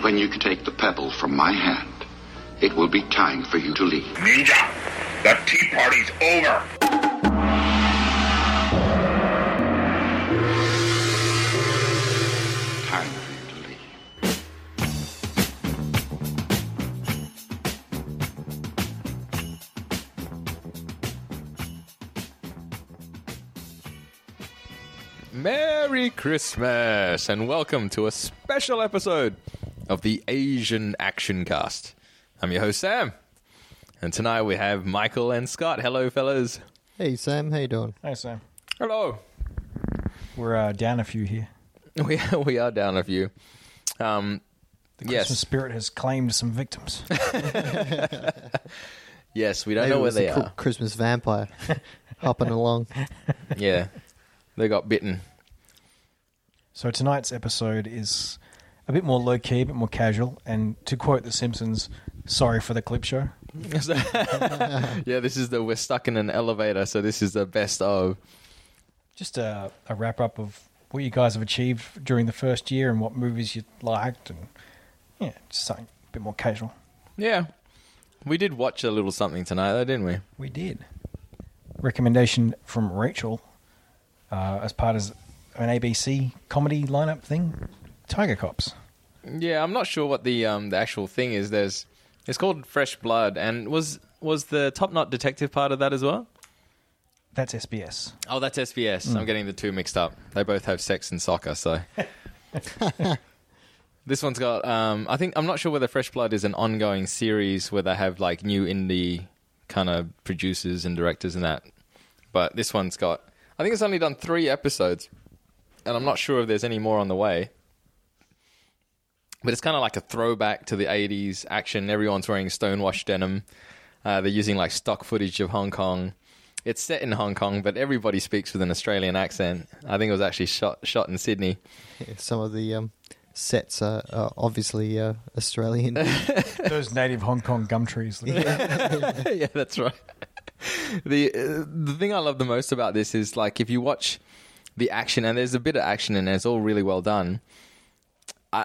when you take the pebble from my hand, it will be time for you to leave. Ninja, the tea party's over. Time for you to leave. Merry Christmas and welcome to a special episode of the Asian Action Cast. I'm your host Sam, and tonight we have Michael and Scott. Hello, fellas. Hey Sam, how you doing? Hey Sam, Hello. we're uh, down a few here. We we are down a few. Um, Some yes, spirit has claimed some victims. yes. We don't know it where was they a cool are. Christmas vampire hopping along. Yeah, they got bitten. so tonight's episode is a bit more low key, a bit more casual, and to quote The Simpsons, "Sorry for the clip show." yeah, this is the we're stuck in an elevator, so this is the best of. Just a, a wrap up of what you guys have achieved during the first year and what movies you liked, and yeah, just something a bit more casual. Yeah, we did watch a little something tonight, though, didn't we? We did. Recommendation from Rachel uh, as part of an ABC comedy lineup thing, Tiger Cops. Yeah, I'm not sure what the um the actual thing is. There's it's called Fresh Blood, and was was the Top Knot Detective part of that as well? That's SBS. Oh, that's SBS. I'm getting the two mixed up. They both have sex and soccer, so. This one's got. Um, I think I'm not sure whether Fresh Blood is an ongoing series where they have like new indie kind of producers and directors and that, but this one's got. I think it's only done three episodes, and I'm not sure if there's any more on the way. But it's kind of like a throwback to the '80s action. Everyone's wearing stonewashed denim. Uh, they're using like stock footage of Hong Kong. It's set in Hong Kong, but everybody speaks with an Australian accent. I think it was actually shot shot in Sydney. Yeah, Some of the um, sets are, are obviously uh, Australian. Those native Hong Kong gum trees. yeah, that's right. the uh, The thing I love the most about this is like if you watch the action, and there's a bit of action, and it's all really well done. I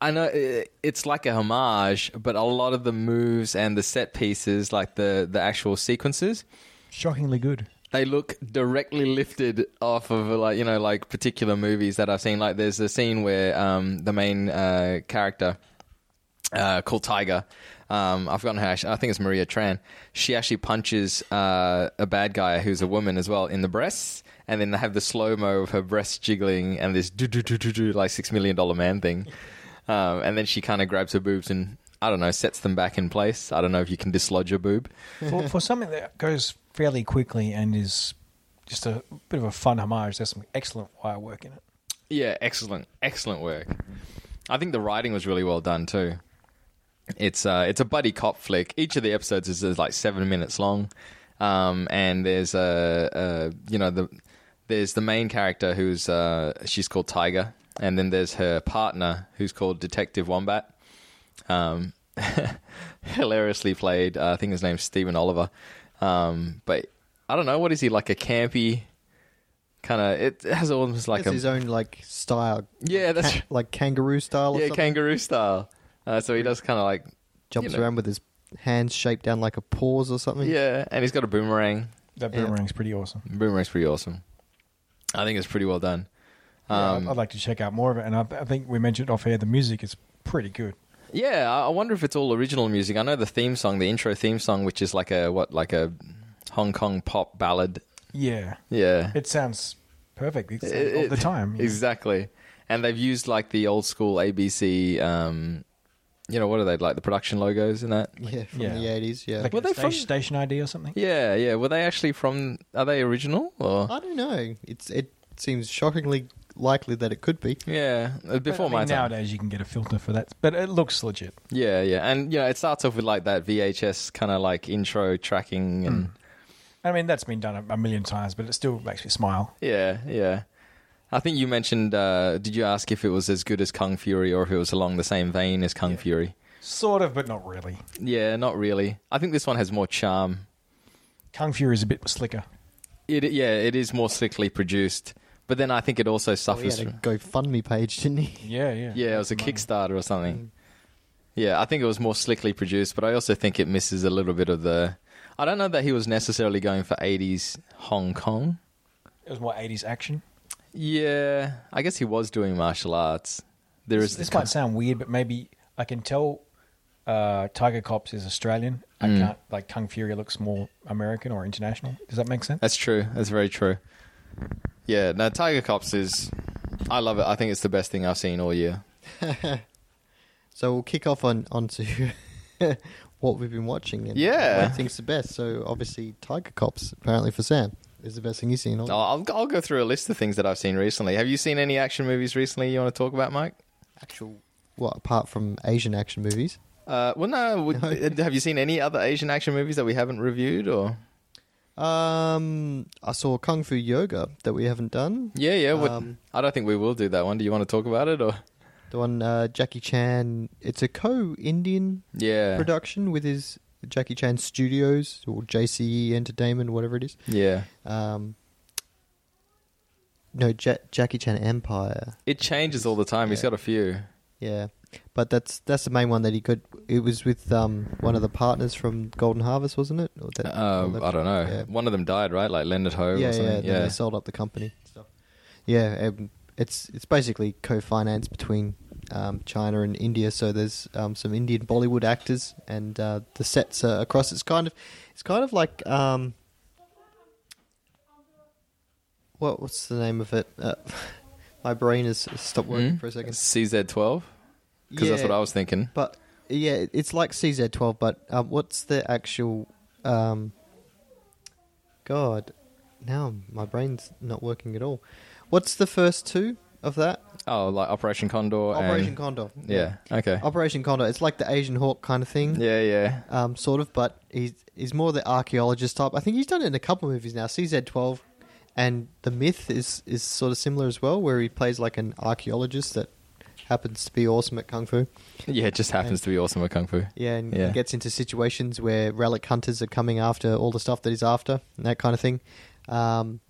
I know uh, it's like a homage, but a lot of the moves and the set pieces, like the the actual sequences, Shockingly good. they look directly lifted off of like you know like particular movies that I've seen. Like there's a scene where um, the main uh, character uh, called Tiger, um, I've forgotten how she, I think it's Maria Tran. She actually punches uh, a bad guy who's a woman as well in the breasts, and then they have the slow mo of her breasts jiggling and this do do do do do like six million dollar man thing, um, and then she kind of grabs her boobs and. I don't know, sets them back in place. I don't know if you can dislodge a boob. for, for something that goes fairly quickly and is just a bit of a fun homage, there's some excellent wire work in it. Yeah, excellent, excellent work. I think the writing was really well done too. It's uh, it's a buddy cop flick. Each of the episodes is, is like seven minutes long, um, and there's a, a you know the there's the main character who's uh, she's called Tiger, and then there's her partner who's called Detective Wombat. Um, hilariously played. Uh, I think his name's Stephen Oliver, um, but I don't know what is he like a campy kind of. It has almost like it's a his own like style. Yeah, that's Ca- like kangaroo style. Or yeah, something. kangaroo style. Uh, so he does kind of like jumps you know. around with his hands shaped down like a paws or Mm. something. yeah, and he's got a boomerang. That Yeah. boomerang's pretty awesome. Boomerang's pretty awesome. I think it's pretty well done. Yeah, Um, I'd, I'd like to check out more of it. And I, I think we mentioned off air, the music is pretty good. Yeah, I I wonder if it's all original music. I know the theme song, the intro theme song, which is like a what, like a Hong Kong pop ballad. Yeah. Yeah, It sounds perfect. It's It- all the it- time. Yeah. exactly. And they've used like the old school ABC. Um, you know what are they like the production logos and that? yeah, from Yeah. the eighties. Yeah, Like Were a they sta- from- station ID or something? Yeah, yeah. Were they actually from? Are they original or? Oh. I don't know. It's it seems shockingly likely that it could be. Yeah, uh, before I mean, my time. Nowadays, you can get a filter for that, but it looks legit. Yeah, yeah, and you know, it starts off with like that VHS kind of like intro Hmm. tracking, and I mean, that's been done a, a million times, but it still makes me smile. yeah, yeah. I think you mentioned. Uh, did you ask if it was as good as Kung Fury or if it was along the same vein as Kung Fury? Sort of, but not really. Yeah, not really. I think this one has more charm. Kung Fury is a bit slicker. It, yeah, it is more slickly produced, but then I think it also Oh, he suffers. had a from, GoFundMe page, didn't he? Yeah, yeah. Hmm. yeah, it was a Kickstarter or something. Yeah, I think it was more slickly produced, but I also think it misses a little bit of the. I don't know that he was necessarily going for 80s Hong Kong. It was more 80s action. Yeah, I guess he was doing martial arts. There is This might sound weird, but maybe I can tell uh, Tiger Cops is Australian. I Mm. can't like Kung Fury looks more American or international. Does that make sense? Uh, That's true. That's very true. Yeah, no, Tiger Cops is. I love it. I think it's the best thing I've seen all year. So we'll kick off on onto what we've been watching. And Yeah. what he thinks the best. So obviously, Tiger Cops apparently for Sam is the best thing he's seen. All- I'll, I'll go through a list of things that I've seen recently. Have you seen any action movies recently you want to talk about, Mike? Actual what apart from Asian action movies? Uh, well, no. would- have you seen any other Asian action movies that we haven't reviewed? Or Um, I saw Kung Fu Yoga that we haven't done. yeah, yeah. what- Um, I don't think we will do that one. Do you want to talk about it? Or The one uh, Jackie Chan. It's a co-Indian yeah, production with his Jackie Chan Studios or JCE Entertainment, whatever it is. yeah. Um, no, ja- Jackie Chan Empire. It changes all the time. He's Yeah. got a few. Yeah, but that's that's the main one that he could. It was with um one of the partners from Golden Harvest, wasn't it? Or that, or Um, that- I don't know. Yeah, One of them died, right? Like Leonard Ho. yeah, or yeah, something. then They sold up the company. and Stuff. Yeah, um, it's it's basically co-financed between um, China and India. So there's um, some Indian Bollywood actors, and uh, the sets are across. It's kind of it's kind of like um, what what's the name of it? Uh, my brain has stopped working for a second. CZ12. Because Hmm? that's Yeah. what I was thinking. But yeah, it- it's like CZ12. But um, what's the actual? Um, God, now my brain's not working at all. What's the first two of that? Oh, like Operation Condor. and- Operation Condor. Yeah. Okay. Operation Condor. It's like the Asian Hawk kind of thing. yeah, yeah. Um, sort of, but he's he's more the archaeologist type. I think he's done it in a couple of movies now. CZ12 and The Myth is is sort of similar as well, where he plays like an archaeologist that happens to be awesome at kung fu. Yeah, it just happens to be awesome at Kung Fu. Yeah, and Yeah. he gets into situations where relic hunters are coming after all the stuff that he's after and that kind of thing. Um,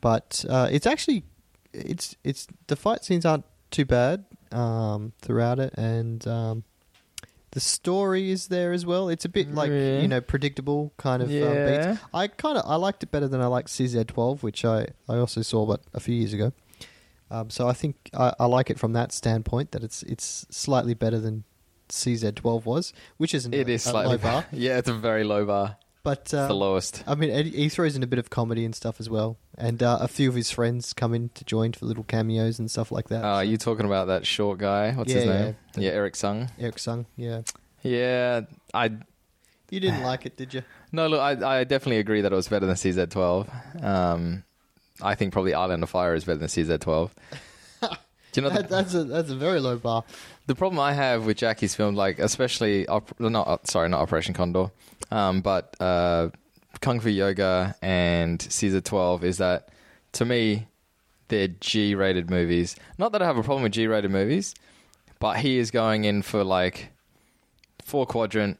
but uh, it's actually it's it's the fight scenes aren't too bad um, throughout it, and um, the story is there as well. It's a bit like Yeah. you know predictable kind of Yeah. um, beats. I kind of I liked it better than I liked CZ12, which I I also saw but a few years ago. Um, so I think I, I like it from that standpoint that it's it's slightly better than CZ12 was, which is It is slightly low bar. yeah, it's a very low bar. But It's uh, the lowest. I mean, he he throws in a bit of comedy and stuff as well, and uh, a few of his friends come in to join for little cameos and stuff like that. Uh, you talking about that short guy? What's his Yeah, name? Yeah, Eric Sung. Eric Sung, yeah, Yeah, I you didn't like it, did you? no look. I, I definitely agree that it was better than CZ12. Um, I think probably Island of Fire is better than CZ12. Do you know That, the, that's a that's a very low bar. the problem I have with Jackie's film, like especially op- not uh, sorry, not Operation Condor, um, but uh, Kung Fu Yoga and Caesar Twelve, is that to me they're G-rated movies. Not that I have a problem with G-rated movies, but he is going in for like four quadrant.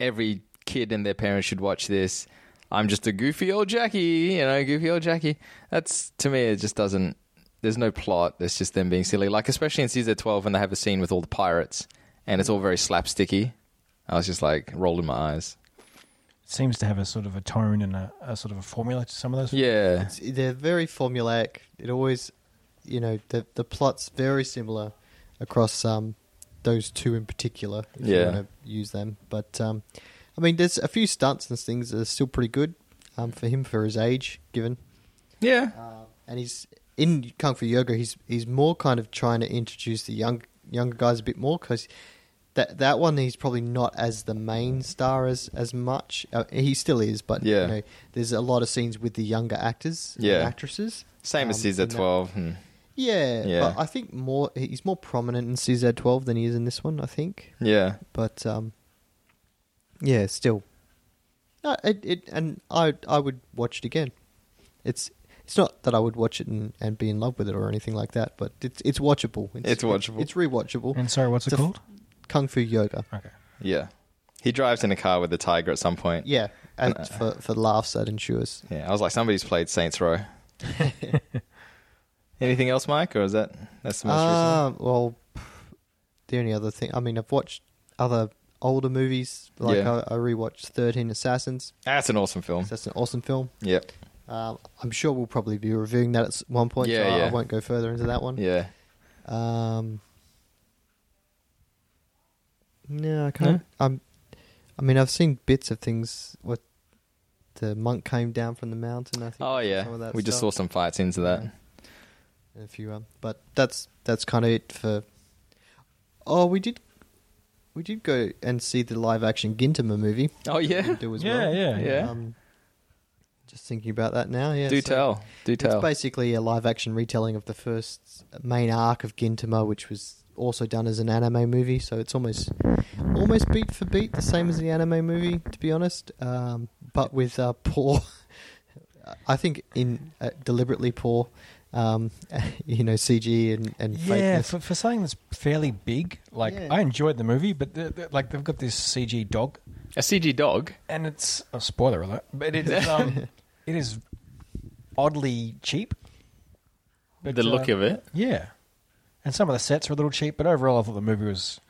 Every kid and their parents should watch this. I'm just a goofy old Jackie, you know, goofy old Jackie. That's to me, it just doesn't. There's no plot. It's just them being silly. Like especially in season 12 when they have a scene with all the pirates, and it's all very slapsticky. I was just like rolling my eyes. It seems to have a sort of a tone and a, a sort of a formula to some of those. Yeah, It's- They're very formulaic. It always, you know, the the plot's very similar across um, those two in particular. If Yeah. you want to use them, but um, I mean, there's a few stunts and things that are still pretty good um, for him for his age, given. yeah, Uh, and he's in Kung Fu Yoga. He's he's more kind of trying to introduce the young younger guys a bit more because that that one he's probably not as the main star as as much. Uh, he still is, but Yeah. you know, there's a lot of scenes with the younger actors, and Yeah. actresses. same as um, season in that- 12. Hmm. Yeah, Yeah. but I think more he's more prominent in CZ12 than he is in this one. I think, Yeah, but um, yeah, still, no, it, it and I I would watch it again. It's it's not that I would watch it and, and be in love with it or anything like that, but it's it's watchable. It's watchable. It's, rewatchable. And sorry, what's it It's a f- called? Kung Fu Yoga. Okay. yeah. He drives in a car with a tiger at some point. Yeah, and Uh, for for laughs that ensures. Yeah, I was like, somebody's played Saints Row. Anything Um, else, Mike, or is that that's the most recent? Ah, well, the only other thing I mean, I've watched other older movies. Like Yeah. I, I rewatched Thirteen Assassins. That's an awesome film. That's an awesome film. Yep. Um, I'm sure we'll probably be reviewing that at s- one point. Yeah, so I- I yeah. won't go further into that one. Yeah. Um, no, I can't. No? I'm. I mean, I've seen bits of things. What the monk came down from the mountain. I think. Oh yeah. some of We that just saw stuff. some fights into that. a few. Um, but that's that's kind of it for. Oh, we did. We did go and see the live action Gintama movie. Oh yeah. We do as Yeah, well. yeah, yeah. Um, just thinking about that now. Yeah. Do so- tell. Do It's tell. basically a live action retelling of the first main arc of Gintama, which was also done as an anime movie. So it's almost almost beat for beat, the same as the anime movie, to be honest. Um, but with uh, poor, I think in uh, deliberately poor, um, you know, CG and and Yeah, fakeness. for, for something that's fairly big, like Yeah. I enjoyed the movie, but the, the, like they've got this CG dog, a CG dog. and it's a Oh, spoiler alert, but it is um, it is oddly cheap. But, the look uh, of it. yeah, and some of the sets were a little cheap, but overall, I thought the movie was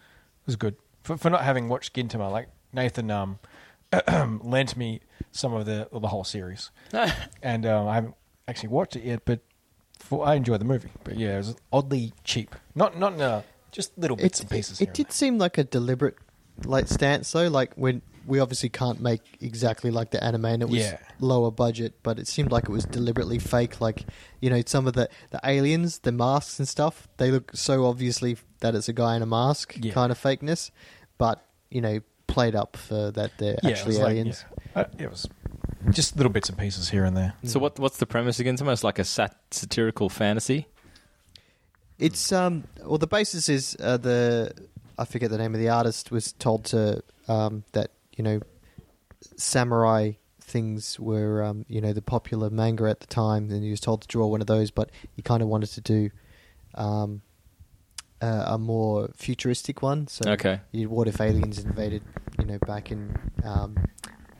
was good for, for not having watched Gintama. Like Nathan um, lent me some of the the whole series, and um, I haven't actually watched it yet, but for, I enjoyed the movie. But yeah, it was oddly cheap. Not not in a, just little It's- bits and It, pieces. here it and did seem like a deliberate like stance, though. Like when we obviously can't make exactly like the anime, and it was Yeah. lower budget, but it seemed like it was deliberately fake. Like you know, some of the the aliens, the masks and stuff, they look so obviously that it's a guy in a mask Yeah. kind of fakeness, but you know, played up for that they're there. Yeah, it actually was like- aliens. yeah. Uh, it was just little bits and pieces here and there. So what? What's the premise again? It's almost like a sat- satirical fantasy. It's um well the basis is uh, the I forget the name of the artist was told to um that you know samurai things were um you know the popular manga at the time and he was told to draw one of those but he kind of wanted to do um uh, a more futuristic one so Okay. you- what if aliens invaded you know back in um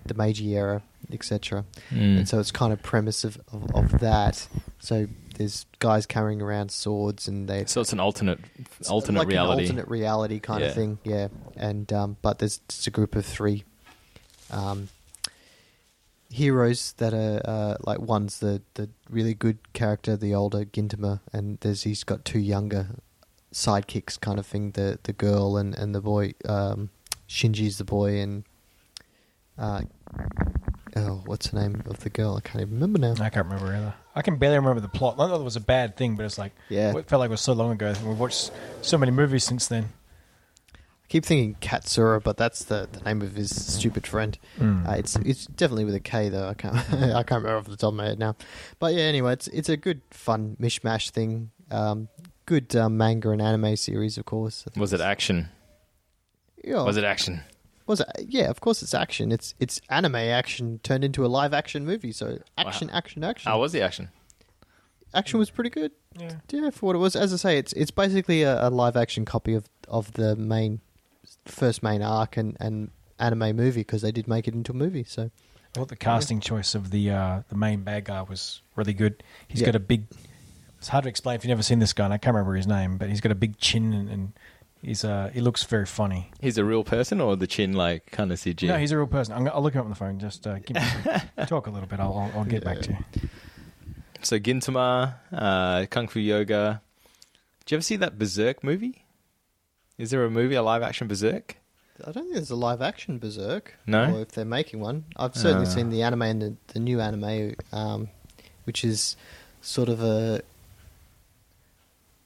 the Meiji era etc Mm. and so it's kind of premise of, of, of that so there's guys carrying around swords and they So it's an alternate, it's alternate like an reality. alternate reality kind Yeah. of thing. Yeah, and um, but there's just a group of three um, heroes that are uh, like one's the the really good character, the older Gintama, and there's he's got two younger sidekicks kind of thing. The the girl and and the boy. Um, Shinji's the boy and. Uh, Oh, what's the name of the girl? I can't even remember now. I can't remember either. I can barely remember the plot. Not that it was a bad thing, but it's like Yeah. it felt like it was so long ago, and we've watched so many movies since then. I keep thinking Katsura, but that's the, the name of his stupid friend. Uh, it's it's definitely with a K though. I can't I can't remember off the top of my head now. But yeah, anyway, it's it's a good fun mishmash thing. Um, good um, manga and anime series, of course. I think Was it action? it's- yeah, Was it action? Was it? Yeah, of course. It's action. It's it's anime action turned into a live action movie. So action, action, action. How Oh, was the action? action was pretty good. Yeah. for what it was. As I say, it's it's basically a, a live action copy of of the main first main arc and and anime movie because they did make it into a movie. So I thought the casting choice of the uh, the main bad guy was really good. He's Yeah. got a big. It's hard to explain if you've never seen this guy, and I can't remember his name, but he's got a big chin and, and he's uh, he looks very funny. He's a real person or the chin like kind of CG? No, he's a real person. I'm, gonna- I'll look him up on the phone. Just uh, give me talk a little bit. I'll, I'll, I'll get back to you. so Gintama, uh, Kung Fu Yoga. Did you ever see that Berserk movie? Is there a movie, a live action Berserk? I don't think there's a live action Berserk. No? Or if they're making one. I've certainly Ah. seen the anime and the, the new anime, um, which is sort of a.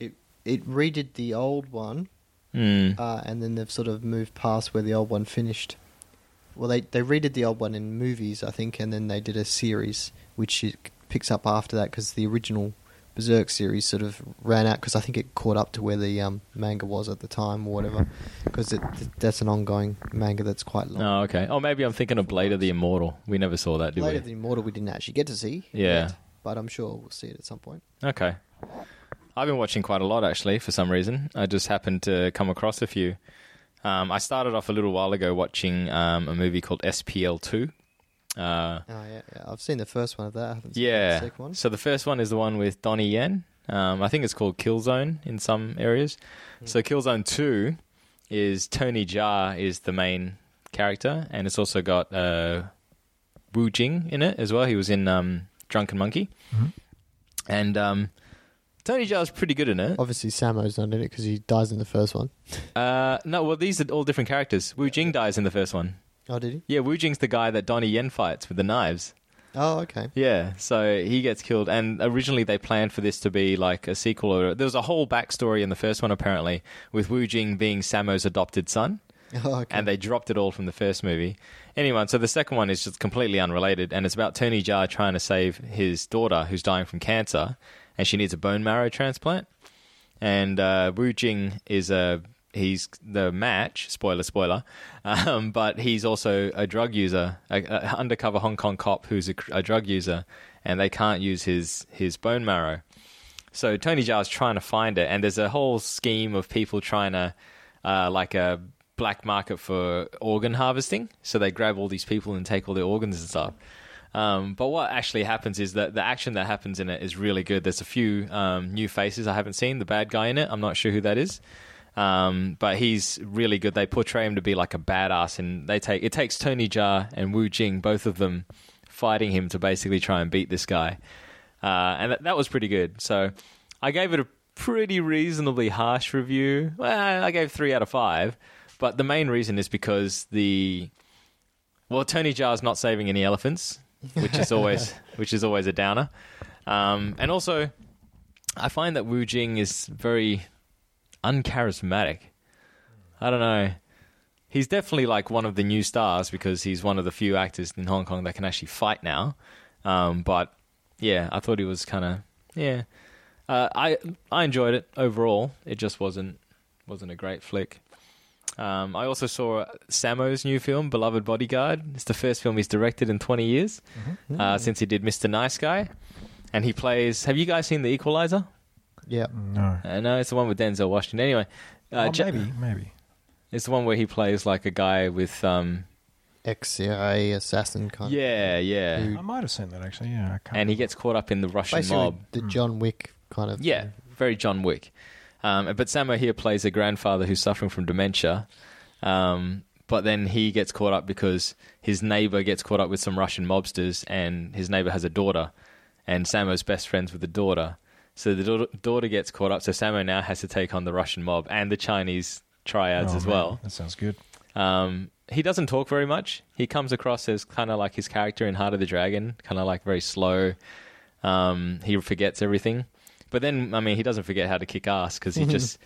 It, it redid the old one, Hmm. uh, and then they've sort of moved past where the old one finished. Well, they, they redid the old one in movies, I think, and then they did a series, which it picks up after that because the original Berserk series sort of ran out because I think it caught up to where the um, manga was at the time or whatever. Because that's an ongoing manga that's quite long. Oh, okay. Oh, maybe I'm thinking of Blade of the Immortal. We never saw that, did Blade of the we? Immortal we didn't actually get to see. Yeah. yet, but I'm sure we'll see it at some point. Okay. I've been watching quite a lot actually for some reason. I just happened to come across a few. Um, I started off a little while ago watching um, a movie called SPL 2. Uh, Oh, yeah. yeah. I've seen the first one of that. I haven't seen the yeah. second one. So the first one is the one with Donnie Hmm. Yen. Um, I think it's called Killzone in some areas. So Killzone 2 is Tony Jaa is the main character, and it's also got uh, Wu Jing in it as well. He was in um, Drunken Monkey, and um, Tony Jaa is pretty good in it. Obviously, Samo's not in it because he dies in the first one. Uh, no, well, these are all different characters. Wu Jing dies in the first one. Oh, did he? Yeah, Wu Jing's the guy that Donnie Yen fights with the knives. Oh, okay. Yeah, so he gets killed, and originally they planned for this to be like a sequel. Or there was a whole backstory in the first one, apparently, with Wu Jing being Samo's adopted son, Oh, okay. and they dropped it all from the first movie. Anyway, so the second one is just completely unrelated, and it's about Tony Jaa trying to save his daughter who's dying from cancer, and she needs a bone marrow transplant. And uh, Wu Jing is a he's the match spoiler spoiler, um, but he's also a drug user, a, a undercover Hong Kong cop who's a, cr- a drug user, and they can't use his his bone marrow. So Tony Jar's trying to find it, and there's a whole scheme of people trying to, uh, like a black market for organ harvesting. So they grab all these people and take all their organs and stuff. Um, but what actually happens is that the action that happens in it is really good. There's a few um, new faces I haven't seen. The bad guy in it, I'm not sure who that is, um, but he's really good. They portray him to be like a badass, and they take it takes Tony Jar and Wu Jing, both of them, fighting him to basically try and beat this guy uh, and that, that was pretty good. So I gave it a pretty reasonably harsh review. Well, I gave three out of five, but the main reason is because the well, Tony Jar's not saving any elephants, which is always which is always a downer, um, and also I find that Wu Jing is very uncharismatic. I don't know. He's definitely like one of the new stars because he's one of the few actors in Hong Kong that can actually fight now. Um, but yeah, I thought he was kind of yeah. Uh, I I enjoyed it overall. It just wasn't wasn't a great flick. Um, I also saw Samo's new film, Beloved Bodyguard. It's the first film he's directed in 20 years Mm-hmm. uh, since he did Mr. Nice Guy, and he plays. Have you guys seen The Equalizer? yeah. No. Uh, no, it's the one with Denzel Washington. Anyway, uh, Oh, Ja- maybe, maybe. it's the one where he plays like a guy with um, Ex CIA assassin kind. yeah, yeah, I might have seen that actually. Yeah, I can't. and he gets caught up in the Russian Basically, mob. the Hmm. John Wick kind of. Yeah, very John Wick. Um, but Samo here plays a grandfather who's suffering from dementia. Um, but then he gets caught up because his neighbor gets caught up with some Russian mobsters, and his neighbor has a daughter, and Samo's best friends with the daughter. So the daughter, daughter gets caught up. So Samo now has to take on the Russian mob and the Chinese triads Oh, as man, well. That sounds good. Um, he doesn't talk very much. He comes across as kind of like his character in Heart of the Dragon, kind of like very slow. Um, he forgets everything, but then I mean, he doesn't forget how to kick ass because he just.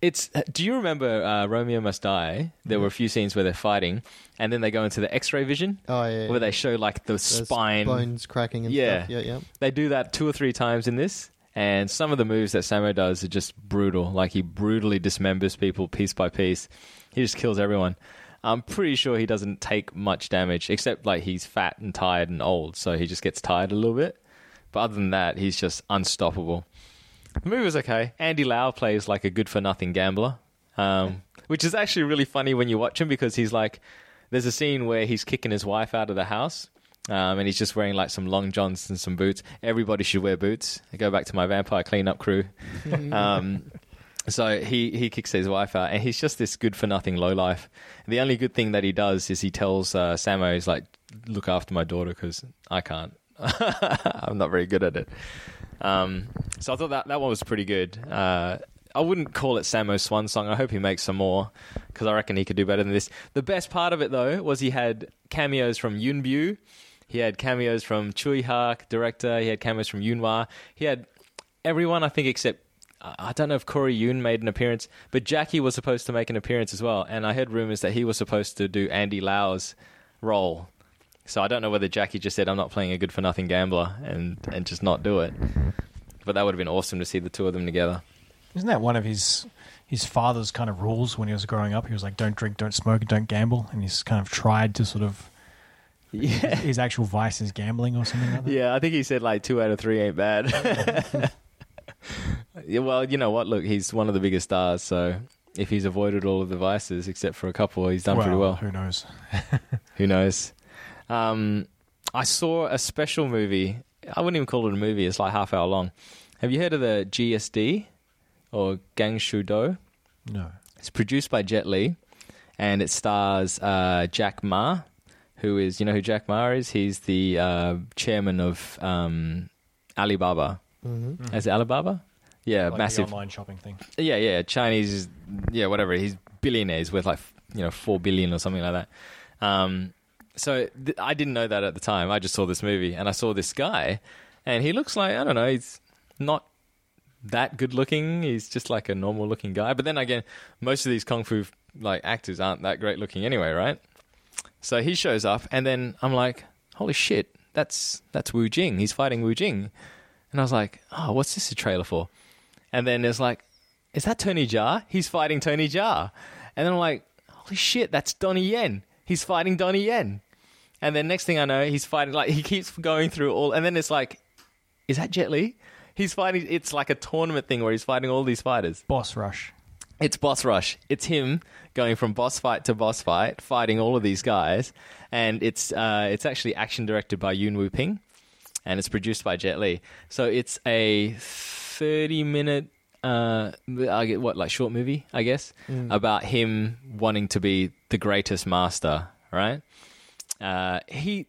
It's. Do you remember uh, Romeo Must Die? There were a few scenes where they're fighting, and then they go into the X-ray vision, Oh yeah. where they show like the Those spine. bones cracking and Yeah. stuff. Yeah, yeah. They do that two or three times in this, and some of the moves that Samo does are just brutal. Like he brutally dismembers people piece by piece. He just kills everyone. I'm pretty sure he doesn't take much damage, except like he's fat and tired and old, so he just gets tired a little bit. But other than that, he's just unstoppable. The movie was okay. Andy Lau plays like a good for nothing gambler, um, which is actually really funny when you watch him because he's like, there's a scene where he's kicking his wife out of the house. Um, and he's just wearing like some long johns and some boots. Everybody should wear boots. I go back to my vampire cleanup crew. um, so he, he kicks his wife out, and he's just this good for nothing lowlife. The only good thing that he does is he tells uh, Samo, he's like, look after my daughter because I can't. I'm not very good at it. Um, so I thought that that one was pretty good. Uh, I wouldn't call it Samo's swan song. I hope he makes some more because I reckon he could do better than this. The best part of it though was he had cameos from Yunbu, he had cameos from Chui Hark, director. He had cameos from Yunhwa. He had everyone I think except I I don't know if Corey Yoon made an appearance, but Jackie was supposed to make an appearance as well. And I heard rumors that he was supposed to do Andy Lau's role. So I don't know whether Jackie just said, I'm not playing a good for nothing gambler and, and just not do it. But that would have been awesome to see the two of them together. Isn't that one of his his father's kind of rules when he was growing up? He was like, "Don't drink, don't smoke, and don't gamble," and he's kind of tried to sort of Yeah. his actual vice is gambling or something like that. Yeah, I think he said like two out of three ain't bad. yeah, well, you know what? Look, he's one of the biggest stars, so if he's avoided all of the vices except for a couple, he's done pretty well. Who knows? Who knows? Um, I saw a special movie. I wouldn't even call it a movie. It's like half hour long. Have you heard of the GSD or Gang Shudo? No. It's produced by Jet Li, and it stars uh, Jack Ma, who is you know who Jack Ma is? He's the uh, chairman of um, Alibaba. Mm-hmm. Is it Alibaba? Yeah, Like massive. the online shopping thing. Yeah, yeah, Chinese, yeah, whatever. He's billionaires worth like you know four billion or something like that. Um, so th- I didn't know that at the time. I just saw this movie and I saw this guy, and he looks like I don't know. He's not that good looking. He's just like a normal looking guy. But then again, most of these kung fu like actors aren't that great looking anyway, right? So he shows up, and then I'm like, "Holy shit, that's that's Wu Jing. He's fighting Wu Jing." And I was like, "Oh, what's this a trailer for?" And then it's like, "Is that Tony Jaa? He's fighting Tony Jaa." And then I'm like, "Holy shit, that's Donnie Yen. He's fighting Donnie Yen." And then next thing I know, he's fighting like he keeps going through all, and then it's like, "Is that Jet Li?" He's fighting. It's like a tournament thing where he's fighting all these fighters. Boss Rush. It's boss rush. It's him going from boss fight to boss fight, fighting all of these guys, and it's uh, it's actually action directed by Yuen Woo Ping, and it's produced by Jet Li. So it's a thirty minute, uh, I get what like short movie, I guess, about him wanting to be the greatest master. Right? Uh, he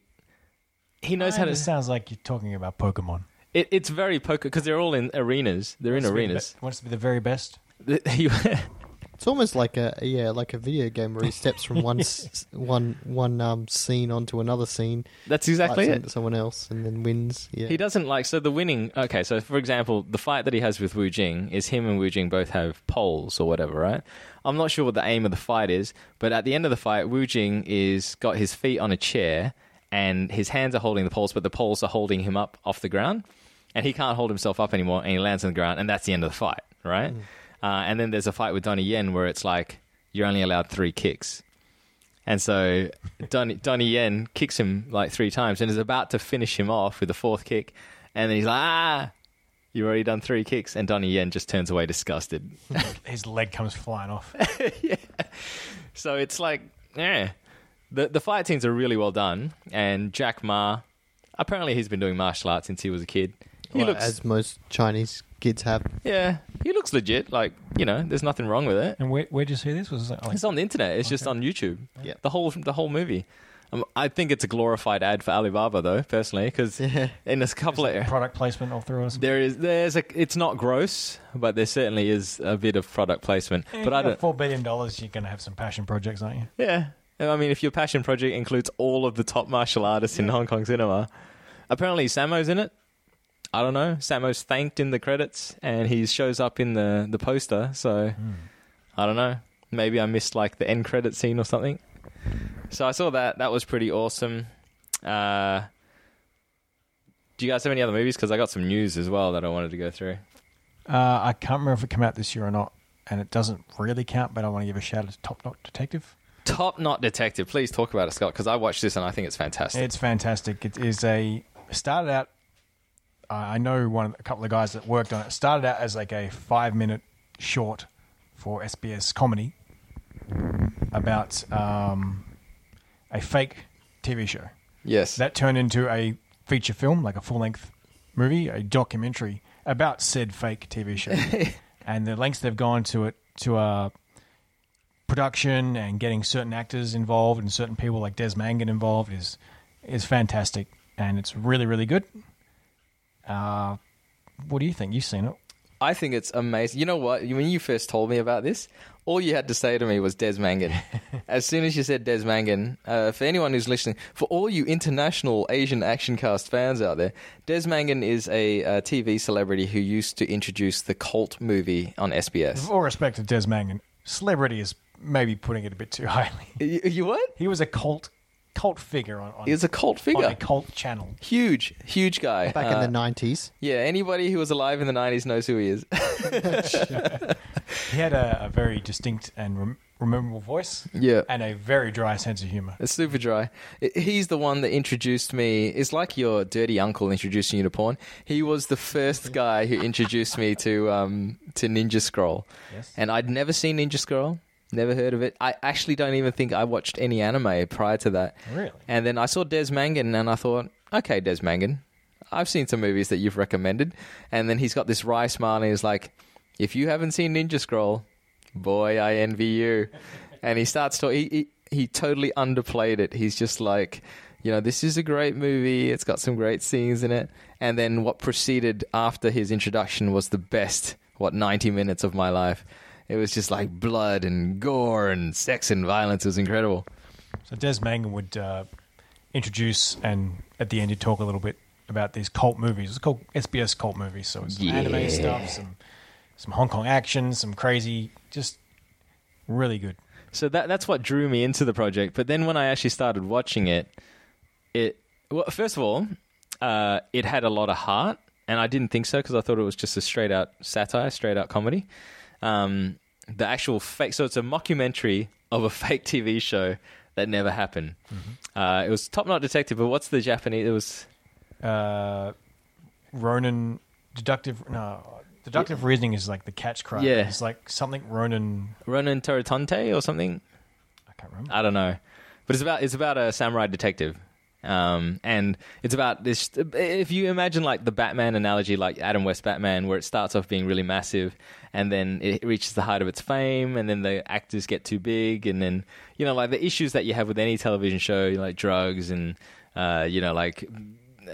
he knows how Kinda to. sounds like you're talking about Pokemon. It, it's very poker because they're all in arenas. They're in Wants to be the arenas. be- wants to be the very best. It's almost like a yeah, like a video game where he steps from one s- one one um, scene onto another scene, That's exactly fights it. into someone else, and then wins. Yeah, He doesn't like so the winning. Okay, so for example, the fight that he has with Wu Jing is him and Wu Jing both have poles or whatever, right? I'm not sure what the aim of the fight is, but at the end of the fight, Wu Jing is got his feet on a chair and his hands are holding the poles, but the poles are holding him up off the ground, and he can't hold himself up anymore, and he lands on the ground, and that's the end of the fight, right? Uh, and then there's a fight with Donnie Yen where it's like you're only allowed three kicks. And so Donnie, Donnie Yen kicks him like three times and is about to finish him off with the fourth kick. And then he's like, ah, you've already done three kicks. And Donnie Yen just turns away disgusted. His leg comes flying off. So it's like, yeah. The, the fight scenes are really well done. And Jack Ma, apparently he's been doing martial arts since he was a kid. He Well, looks, as most Chinese kids have. yeah, he looks legit. Like, you know, there's nothing wrong with it. And where where'd you see this? Was it like, It's on the internet. It's just on YouTube. Yep. The whole the whole movie. Um, I think it's a glorified ad for Alibaba though, personally, because in a couple of product placement all through us? there is there's a it's not gross, but there certainly is a bit of product placement. Yeah, But you I got don't. Four billion dollars, you're gonna have some passion projects, aren't you? Yeah, And I mean, if your passion project includes all of the top martial artists in Hong Kong cinema, apparently Samo's in it. I don't know. Samo's thanked in the credits, and he shows up in the the poster. So Hmm. I don't know. Maybe I missed like the end credit scene or something. So I saw that. That was pretty awesome. Uh, do you guys have any other movies? Because I got some news as well that I wanted to go through. Uh, I can't remember if it came out this year or not, and it doesn't really count. But I want to give a shout out to Top Knot Detective. Top Knot Detective. Please talk about it, Scott, because I watched this and I think it's fantastic. It's fantastic. It is a started out. I I know one a couple of guys that worked on it. Started out as like a five minute short for SBS comedy about um, a fake TV show yes. that turned into a feature film, like a full length movie, a documentary about said fake TV show, and the lengths they've gone to it to uh, production and getting certain actors involved and certain people like Des Mangan involved is is fantastic, and it's really really good. Uh, what do you think? You've seen it. I think it's amazing. You know what? When you first told me about this, all you had to say to me was Des Mangan. as soon as you said Des Mangan, uh, for anyone who's listening, for all you international Asian Action Cast fans out there, Des Mangan is a uh, TV celebrity who used to introduce the cult movie on SBS. With all respect to Des Mangan, celebrity is maybe putting it a bit too highly. you, you what? He was a cult cult figure on, on, He was a cult on figure. a cult channel. Huge, huge guy. Oh Back Uh, in the nineties, yeah, anybody who was alive in the 90s knows who he is. He had a, a very distinct and rem- memorable voice. Yeah. And a very dry sense of humor. It's super dry. I- He's the one that introduced me. It's like your dirty uncle introducing you to porn. He was the first guy who introduced me to um, to Ninja Scroll. Yes. And I'd never seen Ninja Scroll, never heard of it. I actually don't even think I watched any anime prior to that. Really? And then I saw Des Mangan and I thought, okay, Des Mangan, I've seen some movies that you've recommended. And then he's got this wry smile and he's like, if you haven't seen Ninja Scroll, boy, I envy you. And he starts to he, he he totally underplayed it. He's just like, you know, this is a great movie. It's got some great scenes in it. And then what proceeded after his introduction was the best. What ninety minutes of my life. It was just like blood and gore and sex and violence. It was incredible. So Des Mangan would uh, introduce, and at the end, he'd talk a little bit about these cult movies. It's called SBS cult movies, so it's some anime stuff, some some Hong Kong action, some crazy, just really good. So that that's what drew me into the project. But then when I actually started watching it, it well, first of all, uh, it had a lot of heart, and I didn't think so because I thought it was just a straight out satire, straight out comedy. Um, the actual fake, so it's a mockumentary of a fake TV show that never happened. Uh, it was Top Knot Detective, but what's the Japanese? It was Uh, Ronan deductive no deductive reasoning is like the catch cry. Yeah. it's like something Ronan. Ronan Toritante or something. I can't remember. I don't know, but it's about it's about a samurai detective, um, and it's about this. If you imagine like the Batman analogy, like Adam West Batman, where it starts off being really massive, and then it reaches the height of its fame, and then the actors get too big, and then you know like the issues that you have with any television show, like drugs and uh, you know like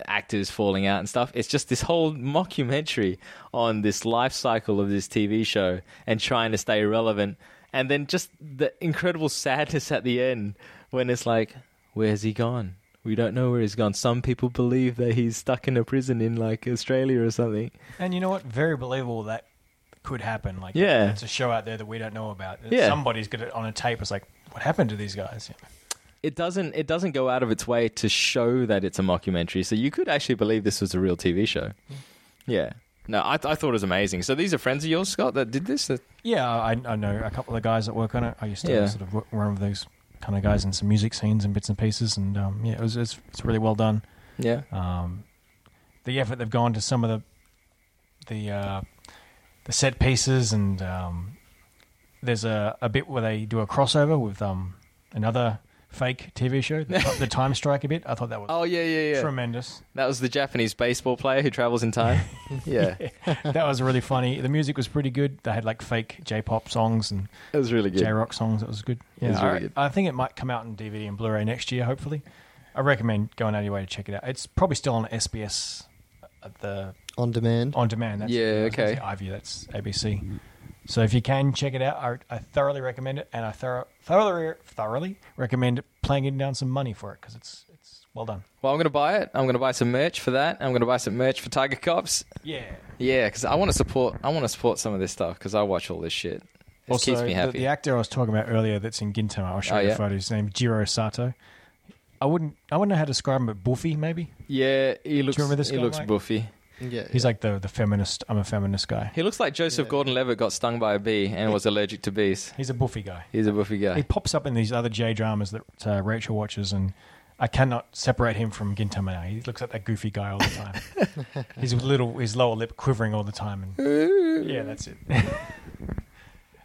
actors falling out and stuff. It's just this whole mockumentary on this life cycle of this TV show and trying to stay relevant. And then just the incredible sadness at the end when it's like, where's he gone? We don't know where he's gone. Some people believe that he's stuck in a prison in like Australia or something. And you know what? Very believable that could happen. Like Yeah. it's a show out there that we don't know about. Yeah. somebody's got it on a tape. It's like what happened to these guys? Yeah. It doesn't it doesn't go out of its way to show that it's a mockumentary. So you could actually believe this was a real TV show. Yeah. No, I, I thought it was amazing. So these are friends of yours, Scott, that did this? That- Yeah, I, I know a couple of the guys that work on it. I used to Yeah. sort of wo- run with those kind of guys in some music scenes and bits and pieces, and um, yeah, it was it's, it's really well done. yeah. Um, the effort they've gone to some of the the uh, the set pieces, and um, there's a, a bit where they do a crossover with um, another fake TV show, the, the Time Strike. A bit, I thought that was Oh yeah, yeah, yeah. tremendous. That was the Japanese baseball player who travels in time. yeah. that was really funny. The music was pretty good. They had like fake J-pop songs and it was really good. J Rock songs. That was good. was Yeah, really I, good. I think it might come out in DVD and Blu-ray next year. Hopefully, I recommend going out of your way to check it out. It's probably still on SBS, uh, the on demand. on demand. That's, Yeah, I was gonna okay. say iView, that's ABC. So if you can check it out, I, I thoroughly recommend it, and I thorough, thoroughly thoroughly recommend playing down some money for it because it's it's well done. Well, I'm going to buy it. I'm going to buy some merch for that. I'm going to buy some merch for Tiger Cops. Yeah. Yeah, because I want to support. I want to support some of this stuff because I watch all this shit. It Also, keeps me the, happy. the actor I was talking about earlier that's in Gintama, I'll show Oh, you yeah. a photo. His name Jiro Sato. I wouldn't I wouldn't know how to describe him, but Buffy maybe. yeah, he looks. remember this he guy, looks Mike? buffy. Yeah, He's like the the feminist. I'm a feminist guy. He looks like Joseph Gordon-Levitt got stung by a bee and was allergic to bees. He's a Buffy guy. He's a buffy He guy. pops up in these other J dramas that uh, Rachel watches, and I cannot separate him from Gintama now. He looks like that goofy guy all the time. his little, his lower lip quivering all the time, and yeah, that's it.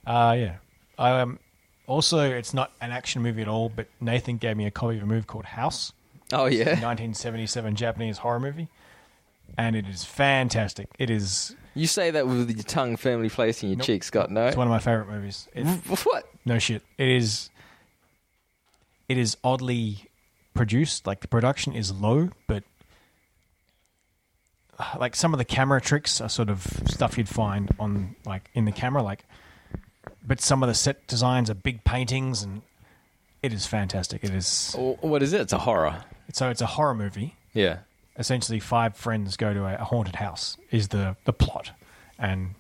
uh, yeah. I, um, also, it's not an action movie at all, but Nathan gave me a copy of a movie called House. Oh a yeah. 1977 Japanese horror movie, and it is fantastic. It is You say that with your tongue firmly placed in your Nope. cheek, Scott. No. it's one of my favorite movies. It- Mm. What? No shit. It is. It is oddly produced. Like the production is low, but uh, like some of the camera tricks are sort of stuff you'd find on like in the camera. Like, but some of the set designs are big paintings, and it is fantastic. It is. Wh- What is it? It's a horror. So it's a horror movie. Yeah. Essentially, five friends go to a a haunted house. Is the the plot, and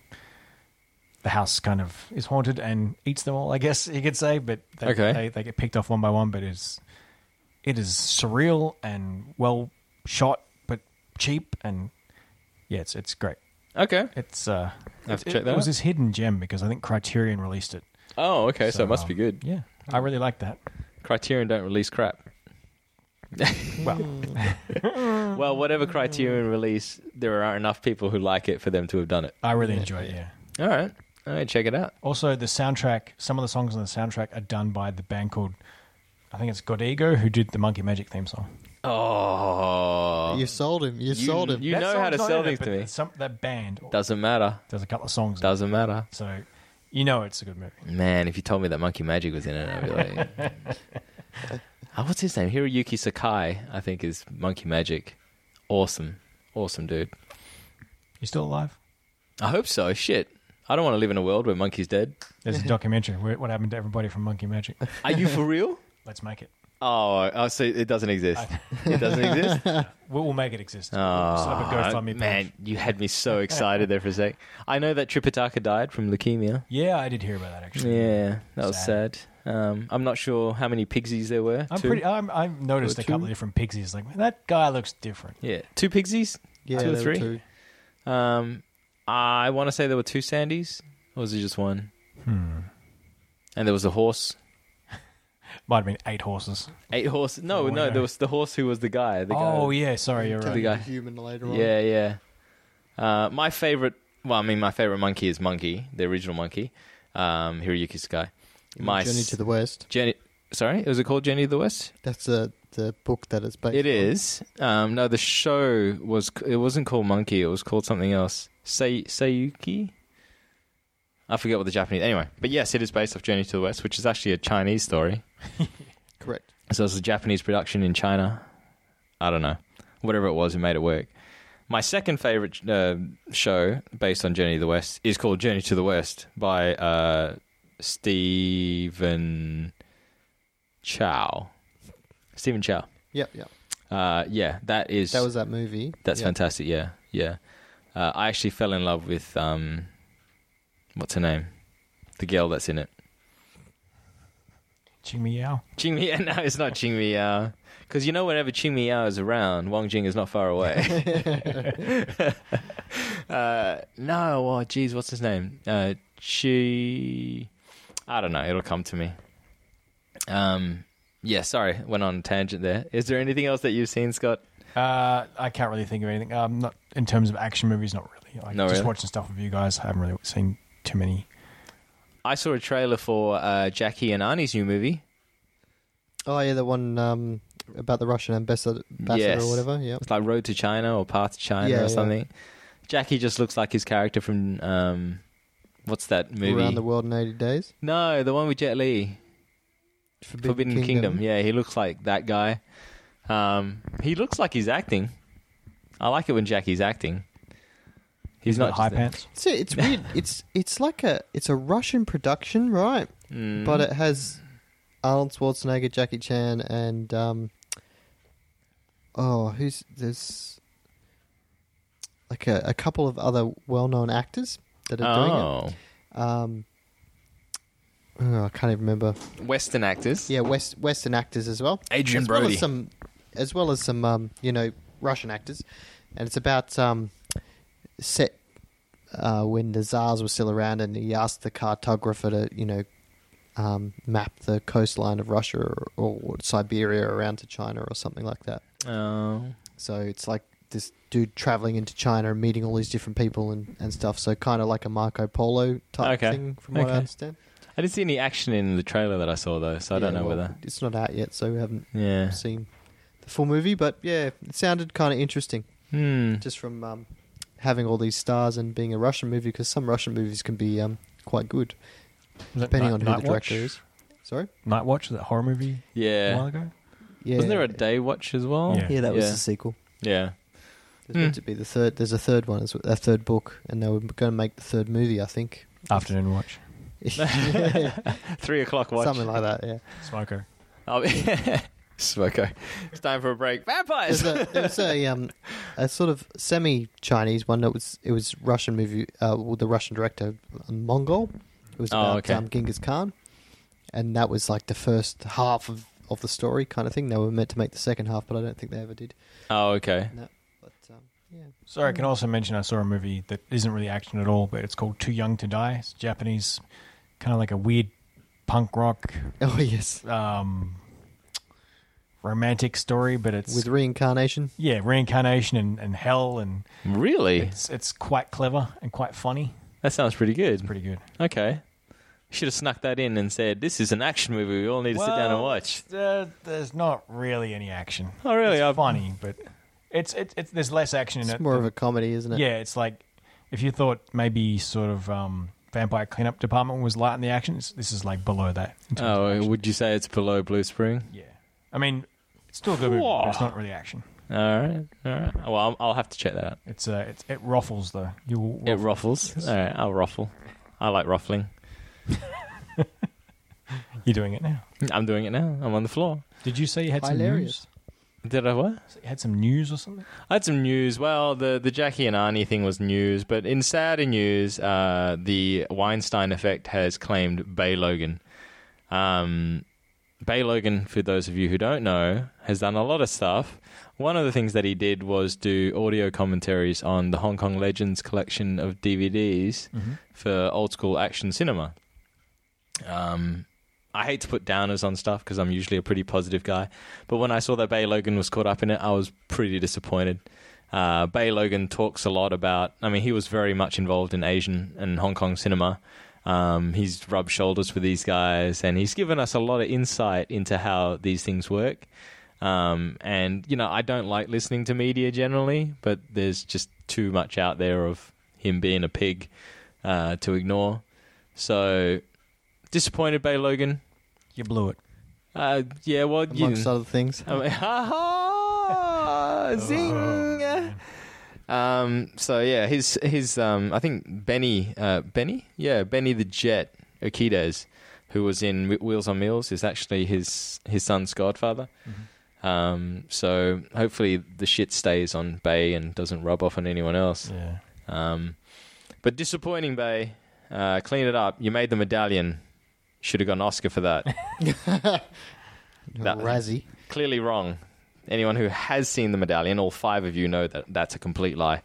the house kind of is haunted and eats them all, I guess you could say. But they, Okay. they, they get picked off one by one. But it's it is surreal and well shot, but cheap and yeah, it's it's great. Okay. It's uh, I have to it, check that it out. was this hidden gem because I think Criterion released it. Oh, okay. So, it must um, be good. Yeah, I really like that. Criterion don't release crap. Well, Well, whatever Criterion release, there aren't enough people who like it for them to have done it. I really enjoy it. Yeah. All right. All right, check it out. Also, the soundtrack, some of the songs on the soundtrack are done by the band called, I think it's Godego, who did the Monkey Magic theme song. Oh. You've sold him. You've You- sold him. you- That know how song's to not sell in it, these to but me. Some, that band, Doesn't matter. there's a couple of songs. in it. Doesn't matter. So You know it's a good movie. Man, if you told me that Monkey Magic was in it, I'd be like, oh, what's his name? Hiroyuki Sakai, I think, is Monkey Magic. Awesome, awesome dude. You still alive? I hope so. Shit, I don't want to live in a world where Monkey's dead. There's a documentary. Where, what happened to everybody from Monkey Magic? Are you for real? Let's make it. Oh, oh so it doesn't exist. It doesn't exist. We'll, we'll make it exist. Oh, we'll set up a GoFundMe page. man, you had me so excited there for a sec. I know that Tripitaka died from leukemia. Yeah, I did hear about that actually. Yeah, that was sad. Um, I'm not sure how many pigsies there were. I'm Two? pretty. uh, I'm, I've noticed Or a couple two? of different pixies. Like man, that guy looks different. Yeah, two pigsies. Yeah, two or there were three. Um, I want to say there were two Sandys, or was it just one? Hmm. And there was a horse. Might have been eight horses. Eight horse? No, Oh, no. yeah. There was the horse who was the guy. The Oh guy. yeah, sorry, you're To right. the guy. Human later on. Yeah, yeah. Uh, my favorite. Well, I mean, my favorite monkey is Monkey, the original monkey, um, Hiroyuki Sakai. My Journey s- to the West. Journey. Sorry, was it called Journey to the West? That's the the book that it's based. It on. is. Um, no, the show was. It wasn't called Monkey. It was called something else. Say Sayuki. I forget what the Japanese. Anyway, but yes, it is based off Journey to the West, which is actually a Chinese story. correct. So it's a Japanese production in China. I don't know. Whatever it was, it made it work. My second favorite uh, show based on Journey to the West is called Journey to the West by uh, Stephen Chow. Stephen Chow. Yep, yep. Uh, yeah, that is That was that movie. that's Yep. fantastic. Yeah, yeah. Uh, I actually fell in love with um, what's her name, the girl that's in it. Ching me Yao. Ching Miao. No, it's not Ching Miao. Because you know, whenever Ching Miao is around, Wang Jing is not far away. uh, no, oh, geez, what's his name? Uh, Chi. I don't know. It'll come to me. Um, yeah, sorry, went on a tangent there. Is there anything else that you've seen, Scott? Uh, I can't really think of anything. Um, not in terms of action movies, not really. Like Not just really? watching stuff with you guys. I haven't really seen too many. I saw a trailer for uh, Jackie and Arnie's new movie. Oh yeah, the one um, about the Russian ambassador, ambassador Yes. or whatever. Yep. It's like Road to China or Path to China Yeah, or yeah. something. Jackie just looks like his character from um, what's that movie? Around the world in eighty days. no, the one with Jet Li, Forbidden, Kingdom. Yeah, he looks like that guy. Um, he looks like he's acting. I like it when Jackie's acting. He's, not Got high just a- pants. So it's weird. it's it's like a it's a Russian production, right? Mm. But it has Arnold Schwarzenegger, Jackie Chan, and um, oh, who's there's like a, a couple of other well-known actors that are Oh, doing it. Um, oh, I can't even remember. Western actors. Yeah, West Western actors as well. Adrian as Well Brody. as some, as well as some, um, you know, Russian actors, and it's about um, set uh, when the Tsars were still around, and he asked the cartographer to, you know, um, map the coastline of Russia or, or Siberia around to China or something like that. Oh. So it's like this dude traveling into China and meeting all these different people and, and stuff. So kind of like a Marco Polo type Okay. thing, from what Okay. I understand. I didn't see any action in the trailer that I saw though, so I don't Yeah, know well, whether. it's not out yet, so we haven't Yeah. seen the full movie, but yeah, it sounded kind of interesting Hmm. just from um, having all these stars and being a Russian movie because some Russian movies can be um, quite good Was it depending Night- on who Night the director Watch? is. Sorry, Night Watch, that horror movie a while Yeah. ago. yeah, Wasn't there a Day Watch as well? Yeah. yeah? That was Yeah. the sequel. Yeah. There's meant Hmm. to be the third. There's a third one, as well- a third book, and they were going to make the third movie, I think. Afternoon Watch. Something Three o'clock watch. like that. Yeah. Smoker. Oh, Smoker. It's time for a break. Vampires. There's a, there was a um, a sort of semi-Chinese one that was it was Russian movie uh, with the Russian director um, Mongol. It was Oh, about okay. um, Genghis Khan, and that was like the first half of, of the story kind of thing. They were meant to make the second half, but I don't think they ever did. Oh, okay. No, but um, yeah, Sorry, I can also mention I saw a movie that isn't really action at all, but it's called Too Young to Die. It's Japanese, kind of like a weird punk rock oh yes, um, romantic story, but it's with reincarnation. yeah reincarnation and, and hell, and Really? it's it's quite clever and quite funny. That sounds pretty good. Pretty good. Okay. Should have snuck that in and said, this is an action movie. We all need to sit down and watch. Uh, there's not really any action. Oh, really? It's I've- funny, but it's, it's it's there's less action in It's it. more than- of a comedy, isn't it? Yeah, it's like if you thought maybe sort of um, vampire cleanup department was light in the action. It's, this is like below that. in terms of Oh, action. would you say it's below Blue Spring? yeah. I mean, it's still a good movie, but it's not really action. All right, all right. Well, I'll, I'll have to check that out. It's uh, it's it ruffles though. You will It ruffles. All right, I'll ruffle. I like ruffling. You're doing it now. I'm doing it now. I'm on the floor. Did you say you had Hilarious. Did I what? some news? You had some news or something? I had some news. Well, the the Jackie and Arnie thing was news, but in sadder news, uh, the Weinstein effect has claimed Bay Logan. Um, Bay Logan, for those of you who don't know, has done a lot of stuff. One of the things that he did was do audio commentaries on the Hong Kong Legends collection of DVDs for old school action cinema. Um, I hate to put downers on stuff because I'm usually a pretty positive guy, but when I saw that Bay Logan was caught up in it, I was pretty disappointed. Uh, Bay Logan talks a lot about. I mean, he was very much involved in Asian and Hong Kong cinema. Um, he's rubbed shoulders with these guys, and he's given us a lot of insight into how these things work. Um, and you know, I don't like listening to media generally, but there's just too much out there of him being a pig uh, to ignore. So disappointed Bay Logan. You blew it. Uh, yeah, well, you- amongst other things. I mean, ha ha, zing. Oh. Um, so yeah, his his um, I think Benny uh, Benny yeah Benny the Jet Okides, who was in Wh- Wheels on Meals, is actually his his son's godfather. Um, so hopefully the shit stays on Bay and doesn't rub off on anyone else. Yeah. Um, but disappointing, Bay. Uh, clean it up. You made the medallion. Should have got an Oscar for that. That- Razzie. clearly wrong. Anyone who has seen the medallion, all five of you know that that's a complete lie.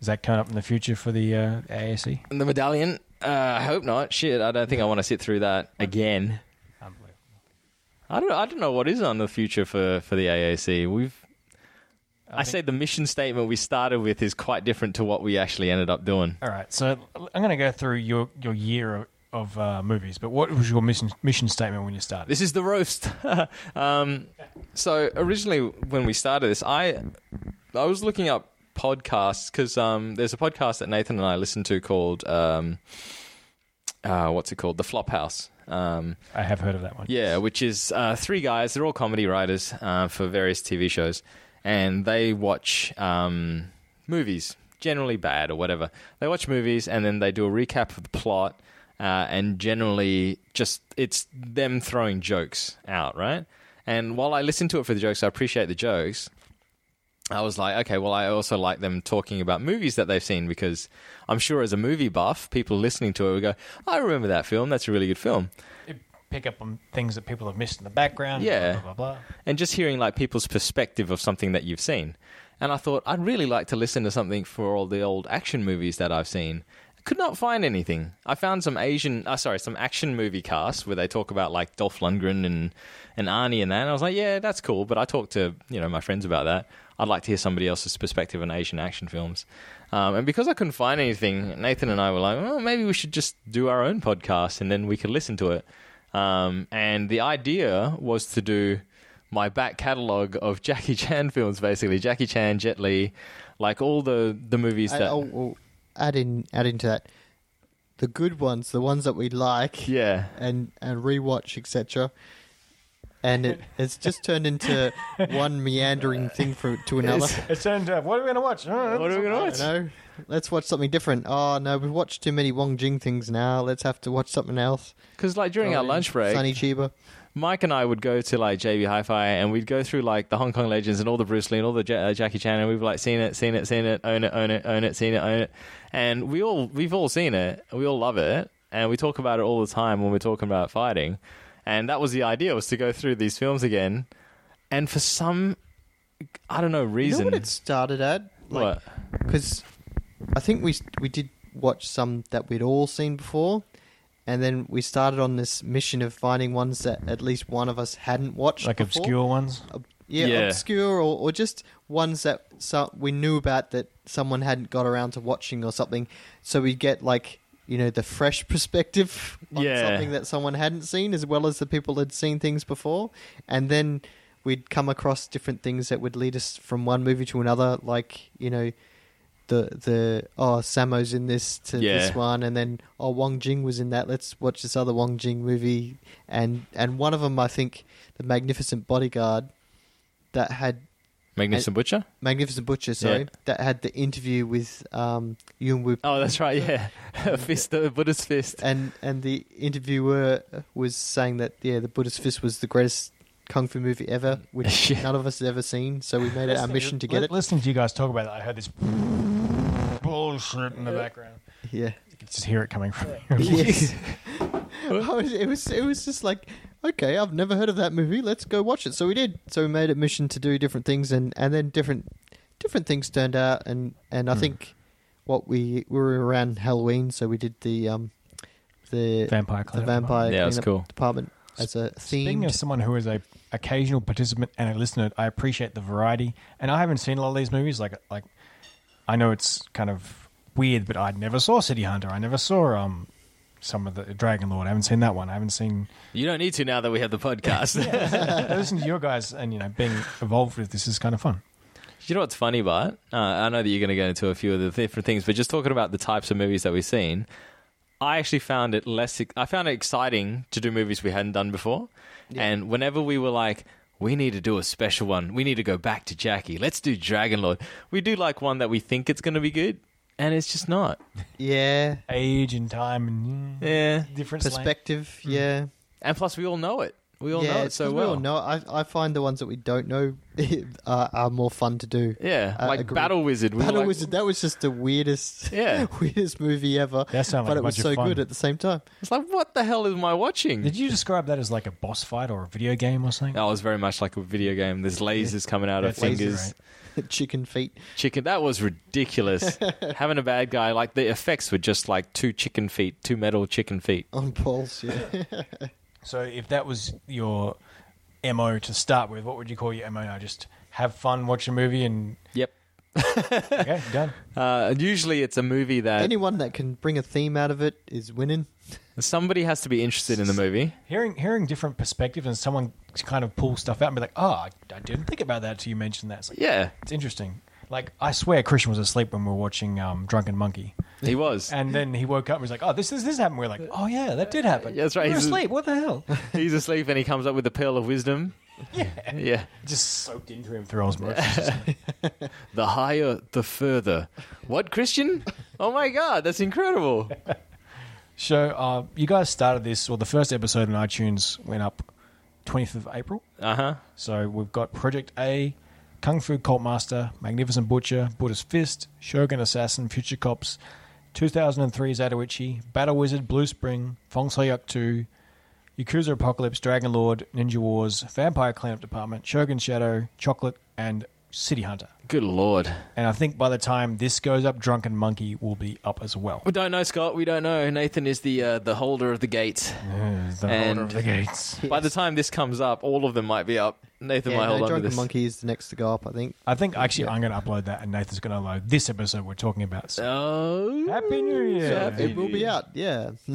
Is that coming up in the future for the uh, AAC? And the medallion, uh, I hope not. Shit, I don't think I want to sit through that again. Unbelievable. I don't. I don't know what is on the future for for the AAC. We've. I, say the mission statement we started with is quite different to what we actually ended up doing. All right, so I'm going to go through your, your year of, of uh, movies, but what was your mission mission statement when you started? This is the roast. um, so originally, when we started this, I I was looking up podcasts because um, there's a podcast that Nathan and I listen to called um, uh, what's it called? The Flophouse. Um, I have heard of that one. yeah, which is uh, three guys. They're all comedy writers uh, for various TV shows, and they watch um, movies, generally bad or whatever. They watch movies and then they do a recap of the plot, uh, and generally just it's them throwing jokes out, right? And while I listen to it for the jokes, I appreciate the jokes. I was like, okay, well, I also like them talking about movies that they've seen because I'm sure as a movie buff, people listening to it would go, I remember that film. That's a really good film. It- Pick up on things that people have missed in the background. Yeah. Blah, blah, blah. and just hearing like people's perspective of something that you've seen. And I thought I'd really like to listen to something for all the old action movies that I've seen. Could not find anything. I found some Asian, uh, sorry, some action movie casts where they talk about like Dolph Lundgren and and Arnie and that. And I was like, yeah, that's cool. But I talked to you know my friends about that. I'd like to hear somebody else's perspective on Asian action films. Um, and because I couldn't find anything, Nathan and I were like, well, maybe we should just do our own podcast and then we could listen to it. Um, and the idea was to do my back catalogue of Jackie Chan films, basically Jackie Chan, Jet Li, like all the the movies I- that. I'll- I'll add in add into that the good ones, the ones that we like, Yeah, and and rewatch, etc. And it, it's just turned into one meandering thing for, to another. It's turned out, what are we going to watch? What are we gonna watch? You know, let's watch something different. Oh no, we've watched too many Wong Jing things now. Let's have to watch something else. because like during our lunch break, Sunny Chiba. Mike and I would go to like JB Hi-Fi and we'd go through like the Hong Kong Legends and all the Bruce Lee and all the ja- uh, Jackie Chan and we've like seen it, seen it, seen it, own it, own it, own it, seen it, own it, and we all we've all seen it, we all love it, and we talk about it all the time when we're talking about fighting, and that was the idea was to go through these films again, and for some, I don't know You reason, know what it started at? What? Because I think we we did watch some that we'd all seen before, and then we started on this mission of finding ones that at least one of us hadn't watched, Like before. obscure ones? Ob- yeah, Yeah. obscure, or, or just ones that so we knew about that someone hadn't got around to watching or something. So we get like you know the fresh perspective on Yeah. something that someone hadn't seen, as well as the people had seen things before, and then we'd come across different things that would lead us from one movie to another, like you know. the the oh Samo's in this to Yeah. this one, and then oh Wong Jing was in that. Let's watch this other Wong Jing movie, and and one of them I think the Magnificent Bodyguard that had Magnificent Butcher. Magnificent Butcher, sorry, Yeah. that had the interview with um Yuen Woo Oh, that's right. Yeah, fist, the Buddha's fist. and and the interviewer was saying that yeah, the Buddha's Fist was the greatest kung fu movie ever, which Yeah. none of us had ever seen. So we made it our mission to get it. Listening to you guys talk about that, I heard this bullshit in the background. Yeah, You can just hear it coming from yes. I was- it was it was just like okay, I've never heard of that movie. Let's go watch it. So we did. So we made it mission to do different things, and and then different different things turned out. And and I Hmm. think what we we were around Halloween, so we did the um the Vampire the cleanup vampire Yeah, that's cleanup cool. department as a Speaking theme. of someone who is a occasional participant and a listener, I appreciate the variety, and I haven't seen a lot of these movies. Like, like I know it's kind of weird, but I never saw City Hunter. I never saw um some of the Dragon Lord. I haven't seen that one. I haven't seen. You don't need to now that we have the podcast. I listen to your guys, and you know, being involved with this is kind of fun. You know what's funny, Bart? Uh, I know that you're going to go into a few of the different things, but just talking about the types of movies that we've seen, I actually found it less. I found it exciting to do movies we hadn't done before, and whenever we were like. We need to do a special one. We need to go back to Jackie. Let's do Dragon Lord. We do like one that we think it's going to be good, and it's just not. yeah, Age and time and mm, Yeah. different slang. perspective. Hmm. Yeah. And plus, we all know it. We all know it it's so 'cause well. We all know. it. I I find the ones that we don't know are, are more fun to do. Yeah, Uh, like agreed. Battle Wizard. We were Battle like- Wizard. That was just the weirdest, Yeah. weirdest movie ever. That sounded but like a it was bunch of so fun. good at the same time. It's like, what the hell am I watching? Did you describe that as like a boss fight or a video game or something? That was very much like a video game. There's lasers coming out of That's easy, fingers. right? Chicken feet. Chicken. That was ridiculous. Having a bad guy, like the effects were just like two chicken feet, two metal chicken feet. On poles, yeah. So if that was your MO to start with, what would you call your MO now? Just have fun, watch a movie, and Yep. okay, done. Uh, usually it's a movie that Anyone that can bring a theme out of it is winning. somebody has to be interested in the movie. Hearing hearing different perspectives and someone kind of pull stuff out and be like, "Oh, I, I didn't think about that till you mentioned that." It's, like, Yeah, it's interesting. Like I swear, Christian was asleep when we were watching um, Drunken Monkey, he was. and then he woke up and was like, "Oh, this this, this happened." We are like, "Oh yeah, that did happen." Yeah, that's right. You were He's- asleep. What the hell? He's asleep and he comes up with the pearl of wisdom. Yeah. Yeah. Just soaked into him through osmosis. The higher, the further. What, Christian? Oh my God, that's incredible. so uh, you guys started this, or the first episode on iTunes went up twentieth of April. Uh huh. So we've got Project A, Kung Fu Cult Master, Magnificent Butcher, Buddha's Fist, Shogun Assassin, Future Cops, 2003's Adoichi, Battle Wizard, Blue Spring, Fong Soyuk 2, Yakuza Apocalypse, Dragon Lord, Ninja Wars, Vampire Cleanup Department, Shogun Shadow, Chocolate, and City Hunter. Good Lord. And I think by the time this goes up, Drunken Monkey will be up as well. We don't know, Scott. We don't know. Nathan is the uh, the holder of the gate. The And- Order of the Gates. By the time this comes up, all of them might be up. Nathan Yeah, might no, hold on to Drunken this. Monkey is the next to go up, I think. I think actually I'm going to upload that, and Nathan's going to upload this episode we're talking about. So Oh, Happy New Year! Happy It will be out, yeah.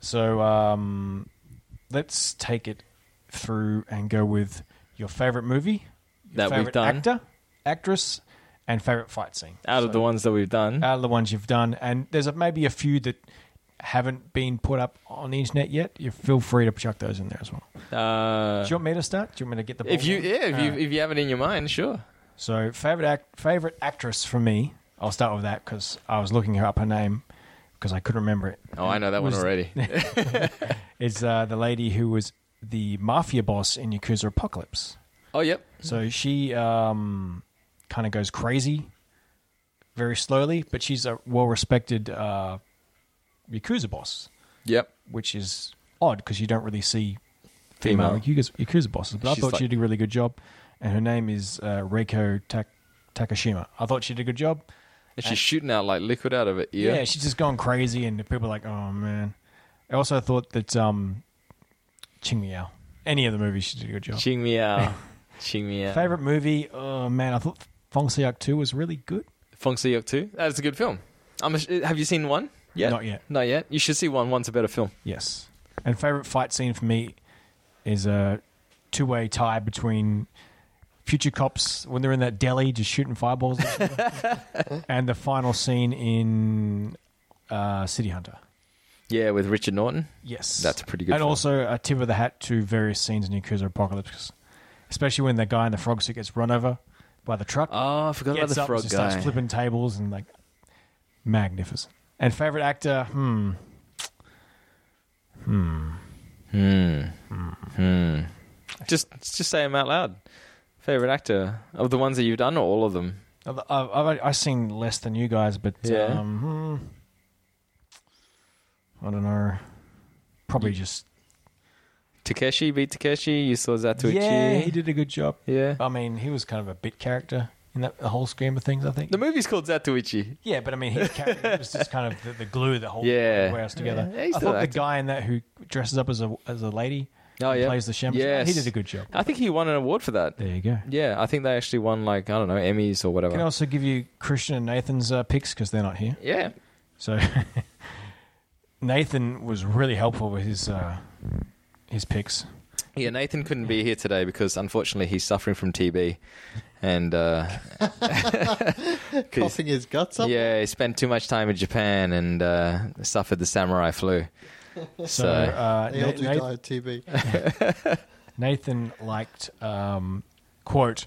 So um, let's take it through and go with your favorite movie, your That we've favorite done. actor, actress, and favorite fight scene. out of the ones that we've done. Out of the ones you've done, and there's a, maybe a few that haven't been put up on the internet yet. You feel free to chuck those in there as well. Uh, Do you want me to start? Do you want me to get the? if ball you rolling? yeah, if All you Uh. right. if you have it in your mind, sure. So favorite act, favorite actress for me. I'll start with that because I was looking her up her name because I couldn't remember it. Oh, I know that one Was- already. It's uh, the lady who was the mafia boss in Yakuza Apocalypse. oh, yep. So she um, kind of goes crazy very slowly, but she's a well respected uh, Yakuza boss, Yep. Uh. which is odd because you don't really see female, Female. Yakuza, Yakuza bosses. But I She's thought she like- did a really good job. And her name is uh, Reiko Tak- Takashima. I thought she did a good job. And she's shooting out like liquid out of it. Yeah. Yeah. she's just gone crazy, and the people are like, oh, man. I also thought that um, Ching Miao, any of the movies, she did a good job. Ching me out. Ching me out. Favorite movie? Oh, man, I thought Fong Siak 2 was really good. Fong Siyok too. That's a good film. I'm a, have you seen one? Yet? Not yet. Not yet. You should see one. One's a better film. Yes. And favorite fight scene for me is a two way tie between future cops when they're in that deli just shooting fireballs, at each other. and the final scene in uh, City Hunter. Yeah, with Richard Norton. Yes, That's a pretty good And film. also a tip of the hat to various scenes in Yakuza Apocalypse, especially when the guy in the frog suit gets run over by the truck. Oh, I forgot about gets the up frog and guy. starts flipping tables and like magnificent. And favorite actor, hmm, Just just say them out loud. Favorite actor of the ones that you've done, or all of them? I've, I've, I've seen less than you guys, but Yeah. um, hmm, I don't know. Probably just Takeshi beat Takeshi. You saw Zatoichi. yeah, he did Oh. a good job. Yeah. I mean, he was kind of a bit character in that the whole scheme of things. I think. The movie's called Zatoichi. yeah, but I mean, his character was just kind of the, the glue that holds Yeah. everywhere else together. Yeah, he's I still thought the acting. guy in that who dresses up as a as a lady, Oh and yeah, plays the shaman. Yes. he did a good job. I think he won an award for that. There you go. Yeah, I think they actually won like I don't know Emmys or whatever. Can also give you Christian and Nathan's uh, picks because they're not here. yeah, So Nathan was really helpful with his uh, his picks. yeah. Nathan couldn't be here today because unfortunately he's suffering from TB, and uh, 'cause- coughing his guts up. yeah, he spent too much time in Japan and uh, suffered the samurai flu. So, So uh, They all do Na- Na- die of TB. Nathan liked um, quote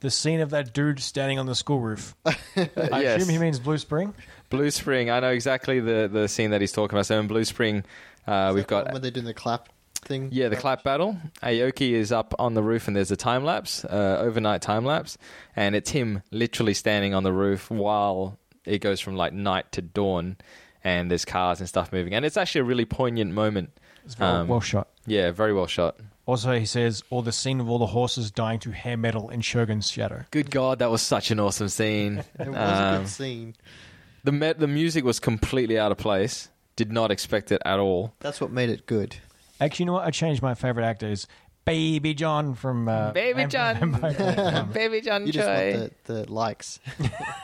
the scene of that dude standing on the school roof. I Yes. assume he means Blue Spring. Blue Spring, I know exactly the the scene that he's talking about. So in Blue Spring, uh, we've got when they're doing the clap thing. Yeah, the clap battle. Aoki is up on the roof, and there's a time lapse, uh, overnight time lapse, and it's him literally standing on the roof while it goes from like night to dawn, and there's cars and stuff moving, and it's actually a really poignant moment. It's very Um, well shot. Yeah, very well shot. Also, he says, "Or the scene of all the horses dying to hair metal in Shogun's shadow." Good God, that was such an awesome scene. It was a Um, good scene. the me- the music was completely out of place. Did not expect it at all. That's what made it good. Actually, you know what? I changed my favorite actor is Baby John from uh, Baby Vamp- John. Vampire- Baby John You just Choi. want the, the likes.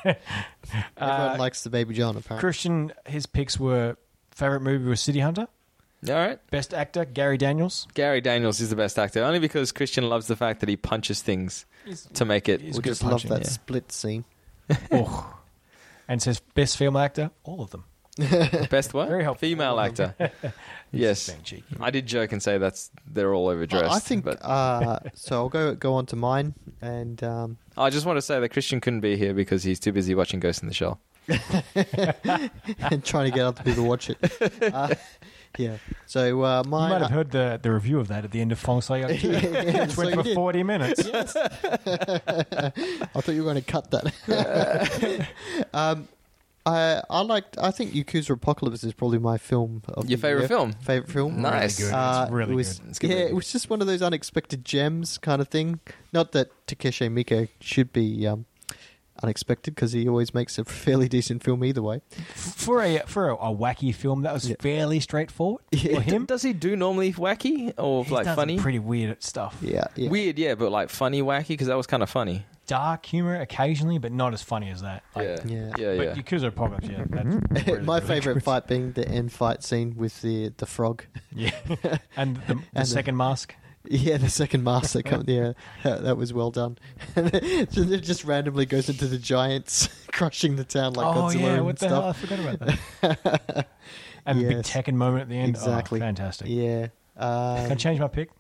Uh, Everyone likes the Baby John, apparently. Christian, his picks were favorite movie was City Hunter, All right. best actor Gary Daniels. Gary Daniels is the best actor, only because Christian loves the fact that he punches things He's- to make it. he's- We good just love punching, that yeah. split scene. oh. And says best film actor, all of them. Best what? Very helpful. Female actor. yes. Being cheeky. I did joke and say that's they're all overdressed. I think But uh, so. I'll go go on to mine, and um, I just want to say that Christian couldn't be here because he's too busy watching Ghost in the Shell. and trying to get other people to watch it. Uh, yeah. So uh, You mine. might have heard the, the review of that at the end of Fong Sai too. Yeah, yeah, Which so went you for did. forty minutes. uh, I thought you were going to cut that. um, I I liked. I think Yakuza Apocalypse is probably my film. Of Your the favorite year. film? Favorite film. Uh, Nice. Really good. It's it really was, good. It's good, yeah, really it was just one of those unexpected gems kind of thing. Not that Takeshi Miike should be um, unexpected because he always makes a fairly decent film either way. For a for a, a wacky film that was Yeah. fairly straightforward for him. Does he do normally wacky or He's like done some funny? pretty weird stuff. Yeah, yeah. Weird, yeah, but like funny wacky because that was kind of funny. Dark humor occasionally, but not as funny as that. Like, yeah. Yeah. Yeah. But yeah. Yakuza Apocalypse, yeah. That's really, my really favorite good. fight being the end fight scene with the the frog. Yeah. and the, the the- second mask. Yeah, the second master come. Yeah, that, that was well done. And it just- it just randomly goes into the giants crushing the town like oh Godzilla yeah, and what the hell? I stuff. forgot about that. and the big Yes. Tekken moment at the end. Oh, Exactly. fantastic. Yeah. Can I Um, change my pick?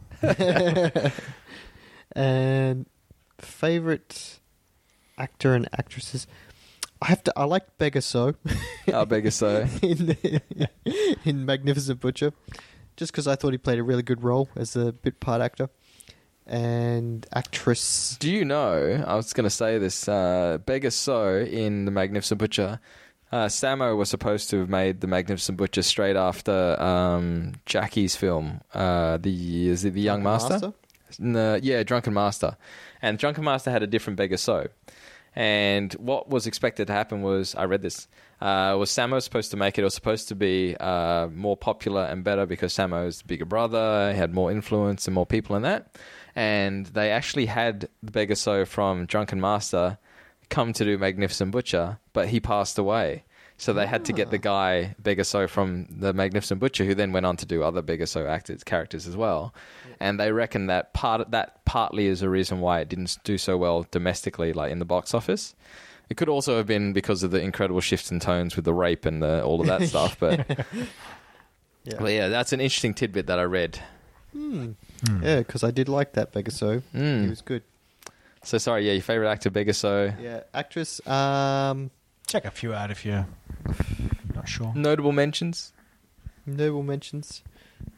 and favorite actor and actresses. I have to. I like Beggar So I beg so. in in Magnificent Butcher, just because I thought he played a really good role as a bit part actor and actress. Do you know? I was going to say this. Uh, Beggar So in The Magnificent Butcher. Uh, Samo was supposed to have made The Magnificent Butcher straight after um, Jackie's film. Uh, the is it The Young Master? No, uh, yeah, Drunken Master, and Drunken Master had a different Beggar So. And what was expected to happen was, I read this, uh, was Samo supposed to make it, or supposed to be uh, more popular and better because Samo's the bigger brother, he had more influence and more people and that. And they actually had the Beggar So from Drunken Master come to do Magnificent Butcher, but he passed away. So they had to get the guy Begaso from the Magnificent Butcher, who then went on to do other Begaso actors characters as well. And they reckon that part that partly is a reason why it didn't do so well domestically, like in the box office. It could also have been because of the incredible shifts in tones with the rape and the, all of that stuff. But Yeah. but yeah, that's an interesting tidbit that I read. Yeah, because I did like that Begaso. Hmm. He was good. So sorry, yeah, your favorite actor Begaso. Yeah, actress. Um, Check a few out if you're not sure. Notable mentions. noble mentions.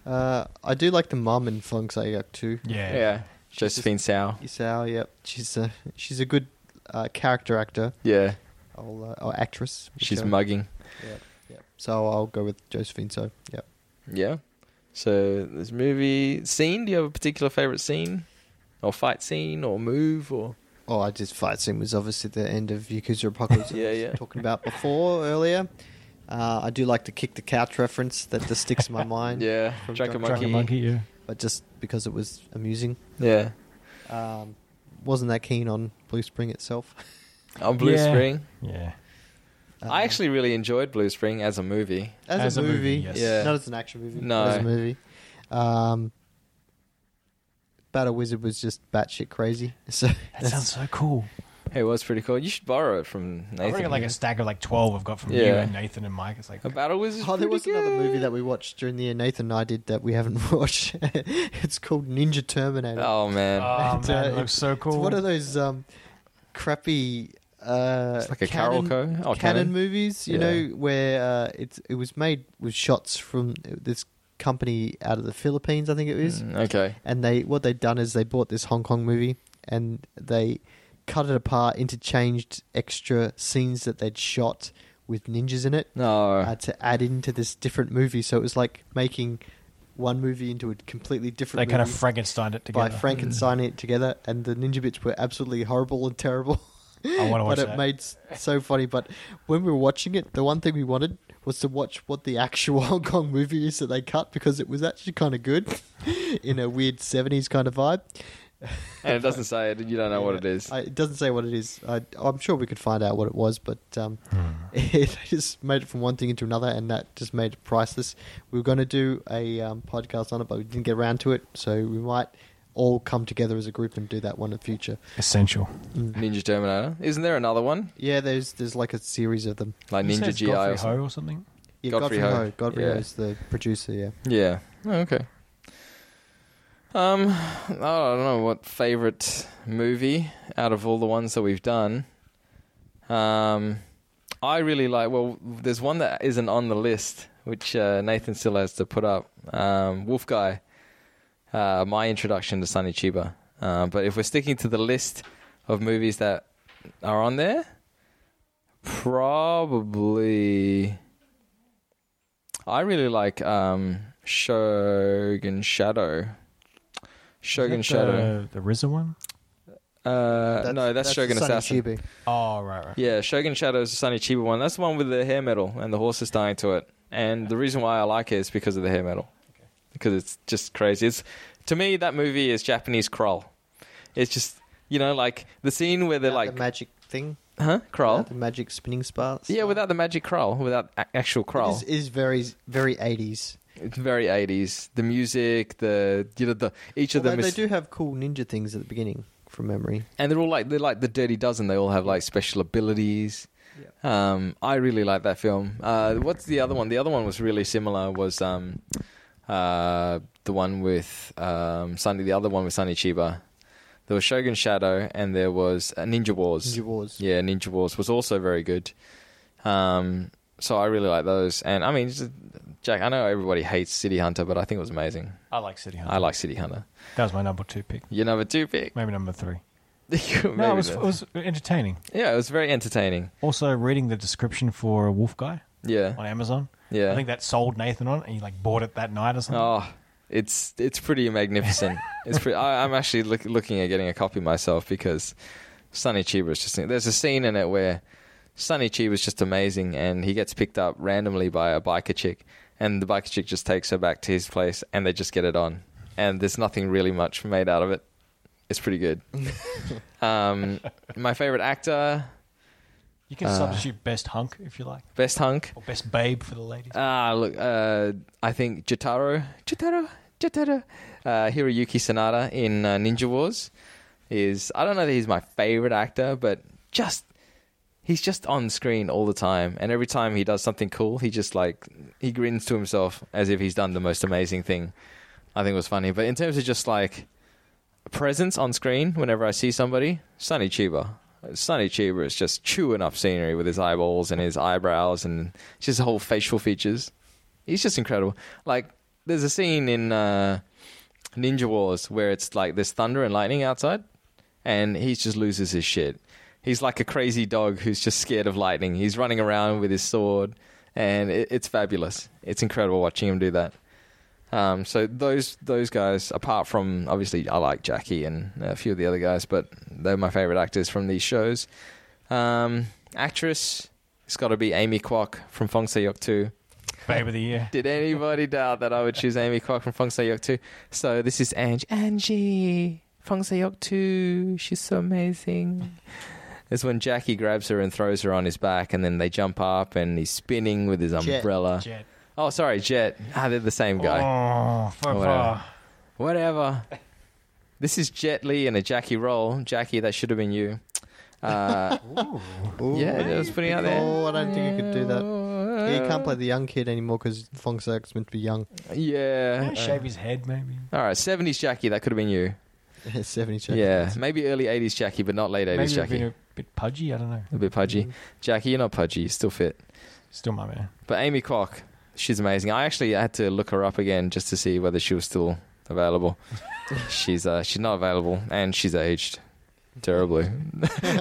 Uh, I do like the mum in Fong Sayuk too. Yeah. Yeah, Josephine Sao. Isao, yep, she's a she's a good uh, character actor Yeah, or, uh, or actress. she's whichever. mugging. Yep, yep. So I'll go with Josephine. So yep. Yeah. So this movie scene. Do you have a particular favorite scene, or fight scene, or move, or Oh, I just fight scene was obviously the end of Yakuza Apocalypse. I Yeah, was yeah. Talking about before earlier. Uh, I do like the kick the couch reference that just sticks in my mind. yeah, From Dragon Dragon Monkey. Dragon Monkey, yeah. But just because it was amusing, Yeah, um, wasn't that keen on Blue Spring itself. on Blue Yeah. Spring. Yeah. I actually really enjoyed Blue Spring as a movie. as, a, movie, yes. Yeah. not as an action movie. No. as a movie. Um, Battle Wizard was just batshit crazy. So That sounds so cool. It was pretty cool. You should borrow it from Nathan. I reckon like a stack of like 12 I've got from you Yeah. and Nathan and Mike. It's like, A Battle Wizard. Oh, there was another movie that we watched during the year. Nathan and I did that we haven't watched. it's called Ninja Terminator. Oh man, oh, It's, man, uh, it looks so cool. It's one of those um, crappy. Uh, It's like a canon, Carolco? Oh, canon, canon. movies, you Yeah. know, where uh, it's it was made with shots from this company out of the Philippines, I think it is. Mm, okay. and they what they'd done is they bought this Hong Kong movie and they cut it apart, interchanged extra scenes that they'd shot with ninjas in it No. uh, to add into this different movie. So it was like making one movie into a completely they different. kind of movie Frankenstein it together. Mm. by Frankenstein it together, and the ninja bits were absolutely horrible and terrible. I want to watch but it that. made s- so funny. But when we were watching it, the one thing we wanted was to watch what the actual Hong Kong movie is that they cut because it was actually kind of good in a weird 70s kind of vibe. and it doesn't say it. You don't know what it is. I, it doesn't say what it is. I, I'm sure we could find out what it was, but um, it just made it from one thing into another, and that just made it priceless. We were going to do a um, podcast on it, but we didn't get around to it, so we might all come together as a group and do that one in the future. Essential. Ninja Terminator. Isn't there another one Yeah, there's there's like a series of them. like You said Ninja it's GI? Godfrey Or something? Ho or something? Yeah, Godfrey Godfrey, Ho. Ho. Godfrey Yeah. Ho is the producer. Yeah. Yeah. Oh, okay. Um, I don't know what favorite movie out of all the ones that we've done. Um, I really like. Well, there's one that isn't on the list, which uh, Nathan still has to put up. Um, Wolf Guy. Uh, my introduction to Sunny Chiba. Uh, but if we're sticking to the list of movies that are on there, probably. I really like um, Shogun Shadow. Shogun Is that Shadow. The, the RZA one? Uh, no, that's, the Shogun Sonny Assassin. Chibi. Oh, right, right. Yeah, Shogun Shadow is the Sonny Chiba one. That's the one with the hair metal and the horses dying to it. And the reason why I like it is because of the hair metal. Because it's just crazy. It's to me that movie is Japanese crawl. It's just you know like the scene where they're Without like the magic thing, huh crawl. without the magic spinning sparks. yeah, without the magic crawl, without a- actual crawl. This is very very 80s. It's very 80s. The music, the you know the each of Although them they is do have cool ninja things at the beginning, from memory. and they're all like they're like the Dirty Dozen. They all have like special abilities. Um, I really like that film. Uh, what's the other one? The other one was really similar. Was um, uh, the one with um, Sunny? The other one with Sunny Chiba. There was Shogun Shadow, and there was uh, Ninja Wars. Ninja Wars. Yeah, Ninja Wars was also very good. Um, so I really like those. And I mean, just- Jack, I know everybody hates City Hunter, but I think it was amazing. I like City Hunter. I like City Hunter. That was my number two pick. Your number two pick. Maybe number three. no, Maybe it was, the- it was entertaining. yeah, it was very entertaining. Also, reading the description for Wolf Guy Yeah. on Amazon. Yeah. I think that sold Nathan on it, and he like bought it that night or something. Oh, it's it's pretty magnificent. it's pretty. I, I'm actually look, looking at getting a copy myself because Sonny Chiba is just. There's a scene in it where Sonny Chiba is just amazing, and he gets picked up randomly by a biker chick, and the biker chick just takes her back to his place, and they just get it on, and there's nothing really much made out of it. It's pretty good. um, my favorite actor. You can substitute best hunk if you like, Best hunk. or best babe for the ladies. Ah, look. Uh, I think Jotaro, Jotaro, Jotaro, uh, Hiroyuki Sanada in uh, Ninja Wars is. I don't know that he's my favorite actor, but just he's just on screen all the time, and every time he does something cool, he just like he grins to himself as if he's done the most amazing thing. I think it was funny, but in terms of just like presence on screen, whenever I see somebody, Sonny Chiba. Sonny Chiba is just chewing up scenery with his eyeballs and his eyebrows and just his whole facial features. He's just incredible. Like, there's a scene in uh, Ninja Wars where it's like there's thunder and lightning outside, and he just loses his shit. He's like a crazy dog who's just scared of lightning. He's running around with his sword, and it, it's fabulous. It's incredible watching him do that. Um, so those those guys, apart from obviously I like Jackie and a few of the other guys, but they're my favorite actors from these shows. Um, actress, it's got to be Amy Kwok from Fong Sayok 2. babe of the year. Did anybody doubt that I would choose Amy Kwok from Fong Sayok 2? So this is Angie. Angie, Fong Sayok 2. She's so amazing. It's when Jackie grabs her and throws her on his back, and then they jump up, and he's spinning with his Jet. umbrella. Jet. Oh, sorry, Jet. Ah, they're the same guy. Oh, faux Whatever. pas. Whatever. This is Jet Li in a Jackie role. Jackie, that should have been you. Uh, yeah, that was putting out there. Oh, I don't think you could do that. Yeah, you can't play the young kid anymore because Fong Cirque's meant to be young. Yeah. Can I shave his head, maybe. All right, 70s Jackie, that could have been you. 70 check. Yeah, maybe early 80s Jackie, but not late 80s Maybe it'd Jackie. been a bit pudgy. I don't know. A bit pudgy. Mm. Jackie, you're not pudgy. You're still fit. Still my man. But Amy Kwok, she's amazing. I actually had to look her up again just to see whether she was still available. she's uh, she's not available, and she's aged terribly.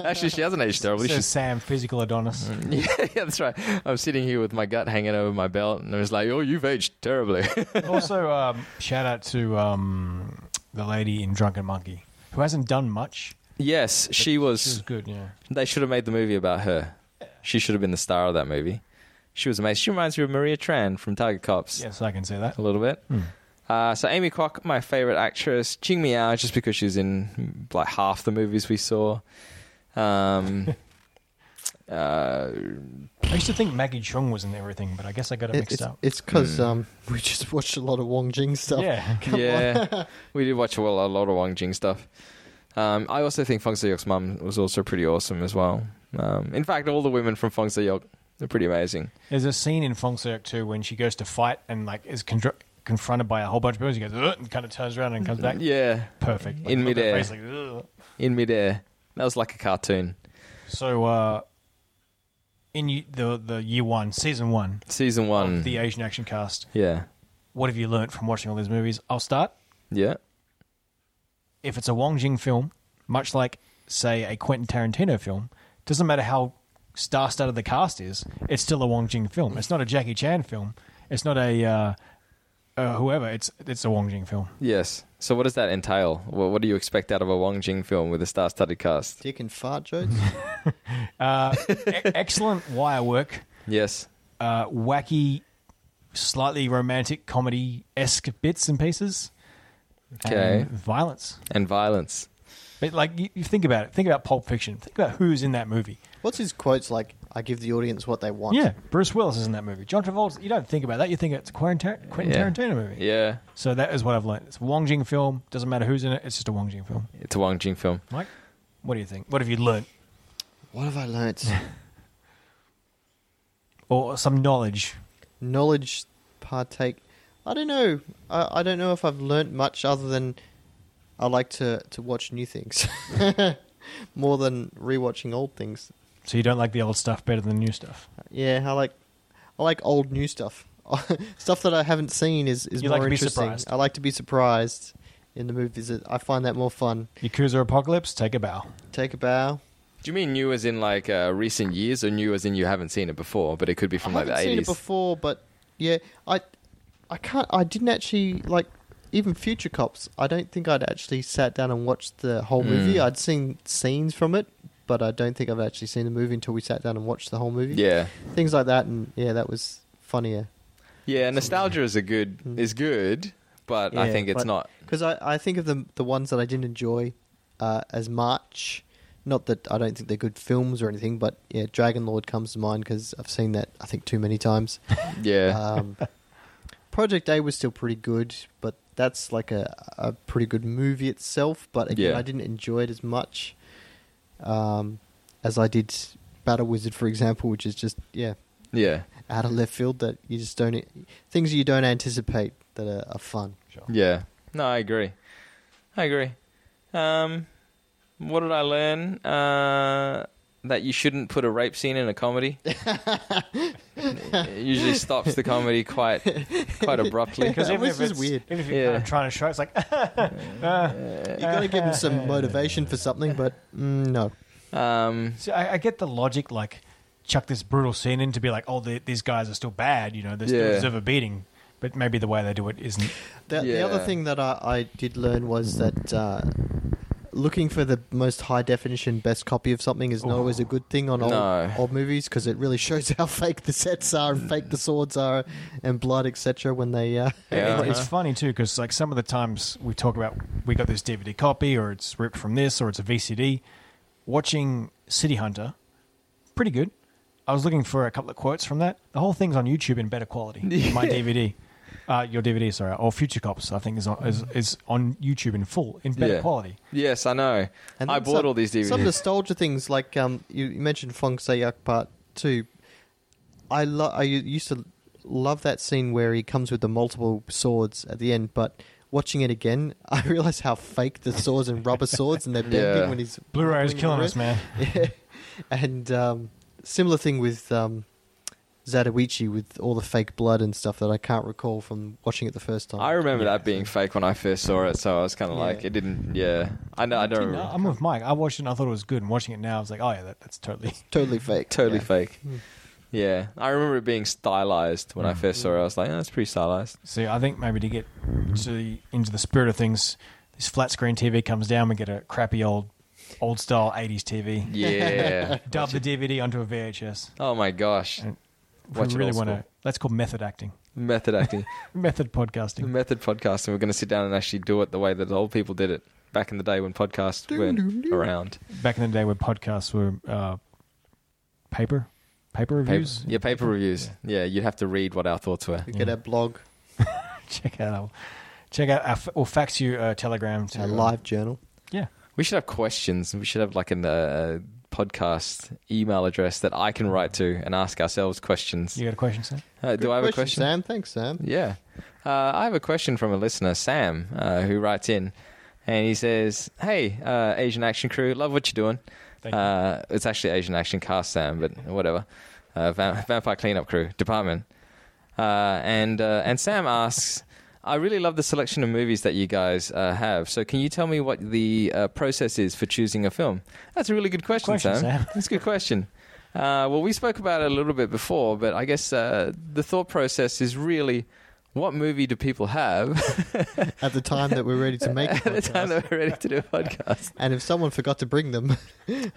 actually, she hasn't aged terribly. Says She's Sam, physical Adonis. Yeah, yeah, that's right. I'm sitting here with my gut hanging over my belt, and I was like, "Oh, you've aged terribly." also, um, shout out to um, the lady in Drunken Monkey, who hasn't done much. yes, she She was was. good, yeah. They should have made the movie about her. She should have been the star of that movie. She was amazing. She reminds me of Maria Tran from Tiger Cops Yes, I can say that. a little bit. Uh, so Amy Kwok, my favorite actress, Jing Miao, just because she was in like half the movies we saw. Um, uh, I used to think Maggie Chung was in everything, but I guess I got it It, mixed it's up. it's because Hmm. um, we just watched a lot of Wong Jing stuff. yeah. yeah, we did watch a lot, a lot of Wang Jing stuff. Um, I also think Feng Siyok's mum was also pretty awesome as well. Um, in fact, all the women from Feng Siyok are pretty amazing. There's a scene in Fong Cirque too when she goes to fight and like is con- confronted by a whole bunch of people. She goes "Ugh," and kind of turns around and comes back. Yeah, Perfect. In look at her midair. face, like, "Ugh." in midair. That was like a cartoon. So uh, in ye- the the year one, season one, Season one. Mm-hmm. the Asian action cast. yeah. What have you learnt from watching all these movies? I'll start. Yeah. If it's a Wong Jing film, much like say a Quentin Tarantino film, doesn't matter how star-studded the cast is, it's still a Wong Jing film. It's not a Jackie Chan film. It's not a uh, uh, whoever. It's it's a Wong Jing film. Yes. So, what does that entail? What, what do you expect out of a Wang Jing film with a star-studded cast? Dick and fart jokes. E- excellent wire work, Yes. uh, wacky, slightly romantic comedy esque bits and pieces. Okay. And violence. And violence. But like you, you think about it, think about Pulp Fiction. Think about who's in that movie. What's his quotes like? I give the audience what they want. Yeah, Bruce Willis is in that movie. John Travolta. You don't think about that. You think it's a Quentin, Tar- Quentin Yeah. Tarantino movie. Yeah. So that is what I've learned. It's a Wong Jing film. Doesn't matter who's in it. It's just a Wong Jing film. It's a Wang Jing film. Mike, what do you think? What have you learned? What have I learnt? Or some knowledge? Knowledge partake. I don't know. I, I don't know if I've learnt much other than I like to, to watch new things more than rewatching old things. So you don't like the old stuff better than the new stuff. Yeah, I like I like old new stuff. stuff that I haven't seen is, is You more like to be interesting. surprised. I like to be surprised in the movies. I find that more fun. Yakuza Apocalypse. Take a bow. Take a bow. Do you mean new as in like uh, recent years, or new as in you haven't seen it before, but it could be from I like the haven't seen it eighties? before, but yeah, I, I can't. I didn't actually like even Future Cops. I don't think I'd actually sat down and watched the whole Hmm. movie. I'd seen scenes from it, but I don't think I've actually seen the movie until we sat down and watched the whole movie. Yeah. things like that, and yeah, that was funnier. Yeah, nostalgia is a good is good, but I Yeah, think it's but- not. because I, I think of the the ones that I didn't enjoy uh, as much Not that I don't think they're good films or anything, but yeah, Dragon Lord comes to mind because I've seen that I think too many times. Yeah. Um, Project A was still pretty good, but that's like a, a pretty good movie itself. But again, Yeah. I didn't enjoy it as much um, as I did Battle Wizard, for example, which is just yeah yeah. out of left field that you just don't e, things you don't anticipate that are, are fun. Yeah. No, I agree. I agree. Um, what did I learn? Uh, that you shouldn't put a rape scene in a comedy. it usually stops the comedy quite quite abruptly. That even was if just it's- weird. Even if you're Yeah. kind of trying to show, it's like You got to give them some motivation for something, but mm, no. Um, See, I, I get the logic, like chuck this brutal scene in to be like, oh, the, these guys are still bad, you know, they still Yeah. deserve a beating, but maybe the way they do it isn't. The, the other Yeah. thing that I, I did learn was that uh, looking for the most high definition best copy of something is not always a good thing on old, Oh. No. old movies because it really shows how fake the sets are and fake the swords are and blood etc. When they uh, Mm. Yeah. It's funny too because like some of the times we talk about we got this DVD copy or it's ripped from this or it's a VCD. Watching City Hunter, pretty good. I was looking for a couple of quotes from that. The whole thing's on YouTube in better quality. than My DVD, uh, your DVD, sorry, or Future Cops, I think is on, is, is on YouTube in full in better Yeah. quality. yes, I know. And I then bought some- all these DVDs. Some nostalgia things like um, you, you mentioned Fong Sayuk Part Two. I lo- I u- used to love that scene where he comes with the multiple swords at the end, but watching it again, I realized how fake the swords and rubber swords and they're bending Yeah. when he's Blu-ray is when he killing us, re- man. Yeah. And um, similar thing with um, Zatoichi with all the fake blood and stuff that I can't recall from watching it the first time. I remember that being fake when I first saw it, so I was kind of Yeah. like, it didn't. Yeah, I know. I don't. No, I'm with Mike. I watched it and I thought it was good, and watching it now, I was like, oh yeah, that, that's totally. totally fake. Totally Yeah. fake. Yeah, I remember it being stylized when I first saw it. I was like, oh, that's pretty stylized. So I think maybe to get to the, into the spirit of things, this flat screen TV comes down, we get a crappy old, old style '80s TV. Yeah. Dub the DVD onto a VHS. oh my gosh. And We Watch it really old want to. school. That's called method acting, Method acting. method podcasting. method podcasting. We're going to sit down and actually do it the way that the old people did it back in the day when podcasts weren't around. Back in the day, where podcasts were uh, paper, paper Paper, reviews. yeah, paper reviews. Yeah. you'd have to read what our thoughts were. We could have blog, Check out our, check out our, f- we'll fax you a telegram to a live journal. Yeah, We should have questions. We should have like an uh, podcast email address that I can write to and ask ourselves questions. you got a question, sir? Uh, do I have a question? Sam? Thanks, Sam. Yeah. Uh, I have a question from a listener, Sam, uh, who writes in and he says, Hey, uh, Asian Action Crew, love what you're doing. Thank you. Uh, it's actually Asian Action Cast, Sam, but whatever. Uh, va- Vampire Cleanup Crew, Department. Uh, and, uh, and Sam asks, I really love the selection of movies that you guys uh, have. So, can you tell me what the uh, process is for choosing a film? That's a really good question, Question, Sam. That's a good question. Uh, well, we spoke about it a little bit before, but I guess uh, the thought process is really what movie do people have At the time that we're ready to make at the it. time that we're ready to do a podcast? And if someone forgot to bring them,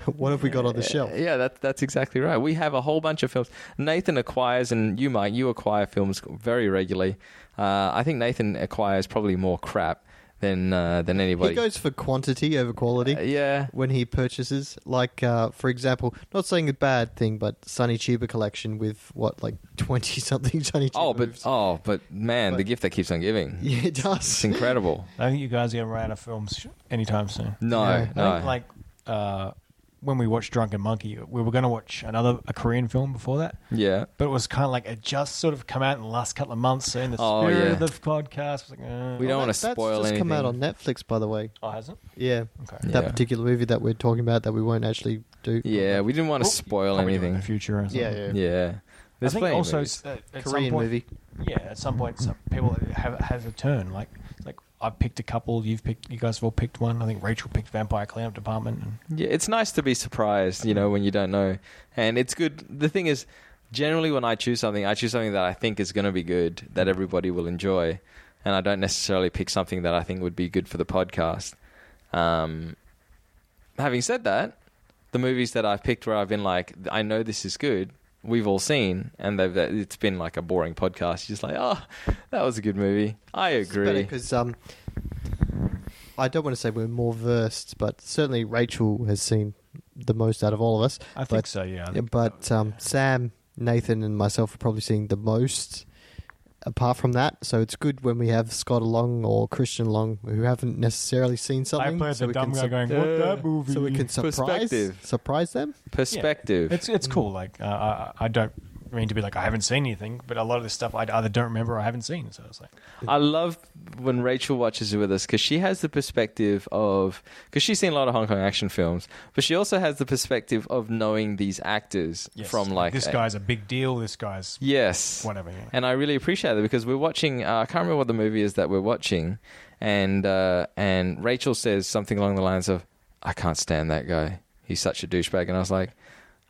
what have we got on the shelf? Yeah, that, that's exactly right. We have a whole bunch of films. Nathan acquires, and you, Mike, you acquire films very regularly. Uh, I think Nathan acquires probably more crap than uh, than anybody. He goes for quantity over quality Uh, yeah, when he purchases. Like, uh, for example, not saying a bad thing, but Sonny Chiba collection with what, like 20 something Sonny Chiba? Oh, but movies. oh, but man, the But- gift that keeps on giving. Yeah, it It's does. incredible. I think you guys are gonna run out of films anytime soon. No, Yeah. no. I think like uh, when we watched Drunken Monkey, we were going to watch another a Korean film before that, yeah. but it was kind of like it just sort of come out in the last couple of months. So in the Oh, spirit yeah. of the podcast, was like, eh. We don't That- want to that's spoil just anything. come out on Netflix, by the way. Oh, hasn't? Yeah. Okay. That Yeah. particular movie that we're talking about that we won't actually do. Yeah, we didn't want to Well, spoil Probably do it in anything. the future. Or something. Yeah, yeah. Yeah, I there's think plenty of also movies. at, at some Korean point, movie. Yeah, at some point, some people have has a turn. Like like I've picked a couple. You've picked. You guys have all picked one. I think Rachel picked Vampire Cleanup Department. And Yeah, it's nice to be surprised, you know, when you don't know. And it's good. The thing is, generally when I choose something, I choose something that I think is going to be good, that everybody will enjoy, and I don't necessarily pick something that I think would be good for the podcast. Um, having said that, the movies that I've picked where I've been like, I know this is good, we've all seen, and they've, it's been like a boring podcast. You're just like, oh, that was a good movie. I agree. because um, I don't want to say we're more versed, but certainly Rachel has seen the most out of all of us. I think but, so, yeah. I yeah, think- But um, Sam, Nathan, and myself are probably seeing the most. Apart from that, so it's good when we have Scott along or Christian along who haven't necessarily seen I something. played so the we dumb can guy sup- going, "What that movie?" so we can surprise Perspective. surprise them. Yeah. Perspective. It's it's cool. Like uh, I I don't mean to be like I haven't seen anything, but a lot of this stuff I either don't remember or I haven't seen. So it's like I love when Rachel watches it with us because she has the perspective of because she's seen a lot of Hong Kong action films, but she also has the perspective of knowing these actors yes, from like this a- guy's a big deal. This guy's Yes. whatever. You know. And I really appreciate that because we're watching. Uh, I can't remember what the movie is that we're watching, and uh, and Rachel says something along the lines of, "I can't stand that guy. He's such a douchebag." And I was like,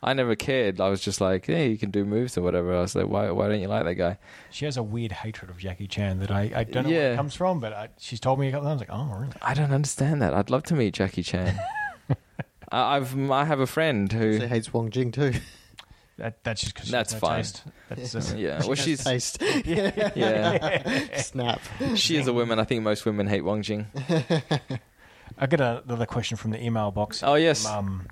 I never cared. I was just like, "Yeah, you can do moves or whatever." I was like, "Why? Why don't you like that guy?" She has a weird hatred of Jackie Chan that I, I don't know where Yeah. it comes from, but I, she's told me a couple times like, oh, really? I don't understand that. I'd love to meet Jackie Chan. I, I've I have a friend She who. hates Wong Jing too. That, that's just because That's no fine. Taste. That's just, Yeah, Uh, well, she's Taste. yeah. Snap. She is a woman. I think most women hate Wang Jing. I get another question from the email box. Oh, yes. From, um,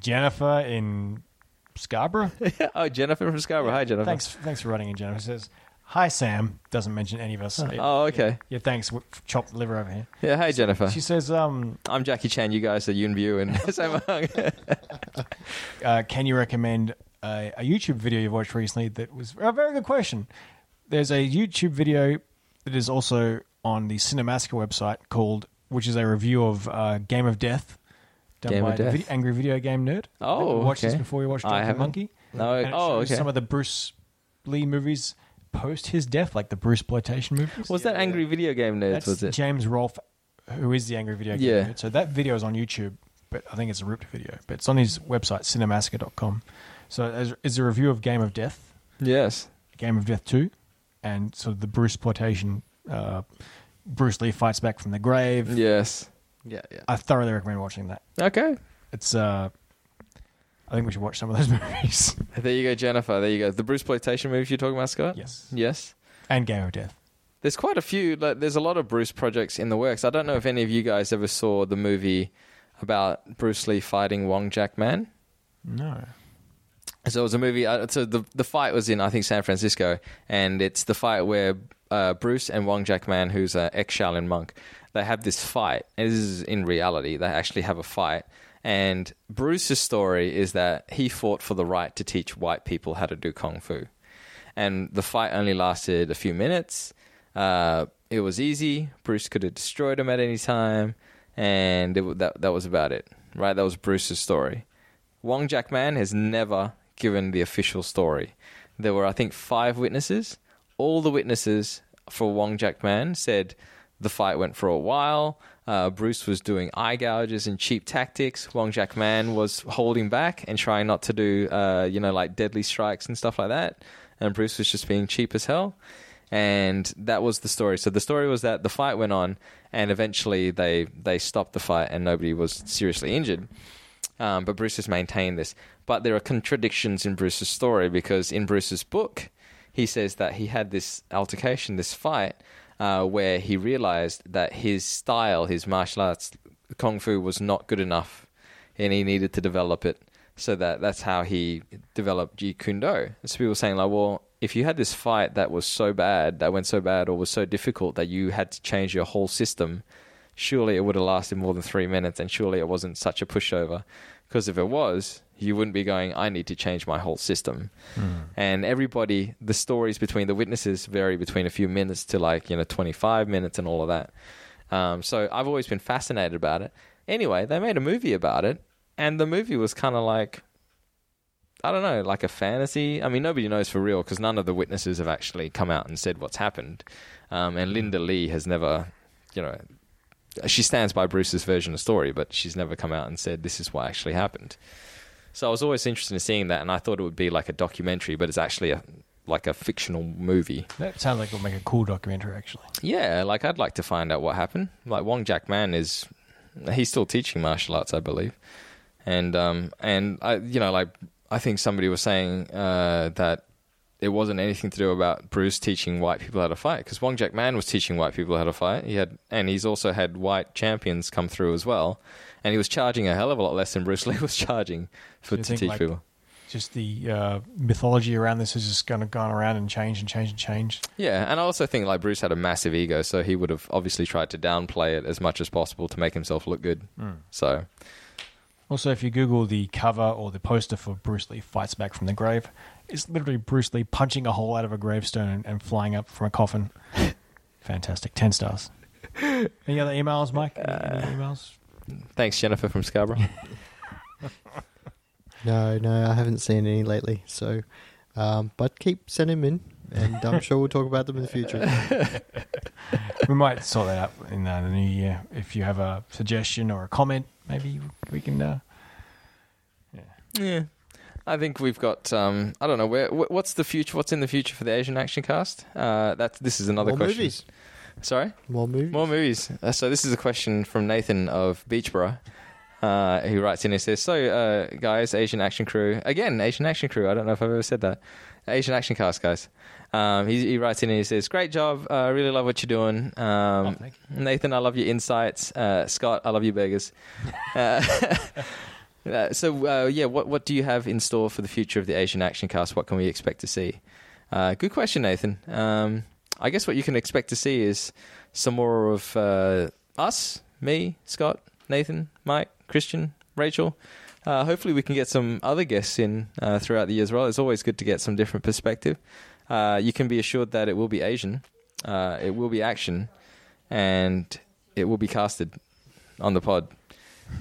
Jennifer in Scarborough. oh, Jennifer from Scarborough. Hi, Jennifer. thanks, thanks for writing in. Jennifer says, "Hi, Sam." Doesn't mention any of us. Oh, okay. Yeah, thanks. w- Chopped liver over here. Yeah, hey Jennifer. She says, um, I'm Jackie Chan. You guys are Yoon View and Sam Hung. uh, "Can you recommend a, a YouTube video you've watched recently?" That was a very good question. There's a YouTube video that is also on the Cinemasca website called, which is a review of uh, Game of Death, done Game of by the Death. vid- angry video game nerd. I think Oh, we watched this okay. before you watched I Drunken haven't. Monkey. No, And it oh, shows okay. Some of the Bruce Lee movies post his death, like the Bruce exploitation movies. was that Angry Video Game Nerds? That's was it? James Rolfe, who is the angry video game. Yeah. dude. So that video is on YouTube, but I think it's a ripped video. But it's on his website, cinemasca.com. So as- it's a review of Game of Death, yes. Game of Death 2, and sort of the Bruce exploitation. Uh, Bruce Lee fights back from the grave. Yes. Yeah, yeah. I thoroughly recommend watching that. Okay. It's. Uh, I think we should watch some of those movies. There you go, Jennifer. There you go. The Bruce Plantation movies you're talking about, Scott. yes. Yes. And Game of Death. There's quite a few. Like, there's a lot of Bruce projects in the works. I don't know if any of you guys ever saw the movie about Bruce Lee fighting Wong Jack Man. No. So it was a movie. Uh, so the the fight was in I think San Francisco, and it's the fight where uh, Bruce and Wong Jack Man, who's an ex Shaolin monk, they have this fight. And this is in reality. They actually have a fight. And Bruce's story is that he fought for the right to teach white people how to do kung fu, and the fight only lasted a few minutes. Uh, it was easy. Bruce could have destroyed him at any time, and it, wa- that that was about it. Right? That was Bruce's story. Wong Jack Man has never given the official story. There were, I think, five witnesses. All the witnesses for Wong Jack Man said the fight went for a while. Uh, Bruce was doing eye gouges and cheap tactics. Wong Jack Man was holding back and trying not to do, uh, you know, like deadly strikes and stuff like that. And Bruce was just being cheap as hell and that was the story. So the story was that the fight went on, and eventually they they stopped the fight, and nobody was seriously injured. Um, but Bruce has maintained this. But there are contradictions in Bruce's story because in Bruce's book, he says that he had this altercation, this fight, uh, where he realized that his style, his martial arts, kung fu, was not good enough, and he needed to develop it. So that that's how he developed Jeet Kune Do. So people were saying like, well, if you had this fight that was so bad, that went so bad, or was so difficult that you had to change your whole system, surely it would have lasted more than three minutes, and surely it wasn't such a pushover. Because if it was, you wouldn't be going, I need to change my whole system. And everybody, the stories between the witnesses vary between a few minutes to like, you know, 25 minutes and all of that. Um, so I've always been fascinated about it. Anyway, they made a movie about it, and the movie was kind of like, I don't know, like a fantasy. I mean, nobody knows for real because none of the witnesses have actually come out and said what's happened. Um, and Linda Lee has never, you know, she stands by Bruce's version of the story, but she's never come out and said this is what actually happened. So I was always interested in seeing that, and I thought it would be like a documentary, but it's actually a like a fictional movie. That sounds like it'll make a cool documentary, actually. Yeah, like I'd like to find out what happened. Like Wong Jack Man is, he's still teaching martial arts, I believe, and um and I you know like I think somebody was saying uh, that it wasn't anything to do about Bruce teaching white people how to fight because Wong Jack Man was teaching white people how to fight. He had, and he's also had white champions come through as well, and he was charging a hell of a lot less than Bruce Lee was charging for Do you to think, teach like, people. Just the uh, mythology around this has just kind of gone around and changed and changed and changed. Yeah, and I also think like Bruce had a massive ego, so he would have obviously tried to downplay it as much as possible to make himself look good. Mm. So Also, if you Google the cover or the poster for Bruce Lee Fights Back from the Grave, it's literally Bruce Lee punching a hole out of a gravestone and, and flying up from a coffin. Fantastic. 10 stars. Any other emails, Mike? Any, any Uh. emails? thanks, Jennifer from Scarborough. No, no, I haven't seen any lately. So, um, but keep sending them in, and I'm sure we'll talk about them in the future. We might sort that out in uh, the new year. If you have a suggestion or a comment, maybe we can. Uh, yeah, I think we've got. Um, I don't know where. wh- What's the future? What's in the future for the Asian Action Cast? Uh, that's this is another More question. movies. Sorry. More movies. More movies. Uh, so this is a question from Nathan of Beachborough. Uh, who writes in and says, "So, uh, guys, Asian Action Crew again, Asian Action Crew. I don't know if I've ever said that. Asian Action Cast, guys. Um, he, he writes in and he says, "Great job. Uh, I really love what you're doing. Um, Nathan, I love your insights. Uh, Scott, I love your burgers. uh, uh, so, uh, yeah, what what do you have in store for the future of the Asian Action Cast? What can we expect to see? Uh, good question, Nathan. Um, I guess what you can expect to see is some more of uh, us, me, Scott, Nathan, Mike, Christian, Rachel. Uh, hopefully, we can get some other guests in uh, throughout the year as well. It's always good to get some different perspective. Uh, you can be assured that it will be Asian, uh, it will be action, and it will be casted on the pod.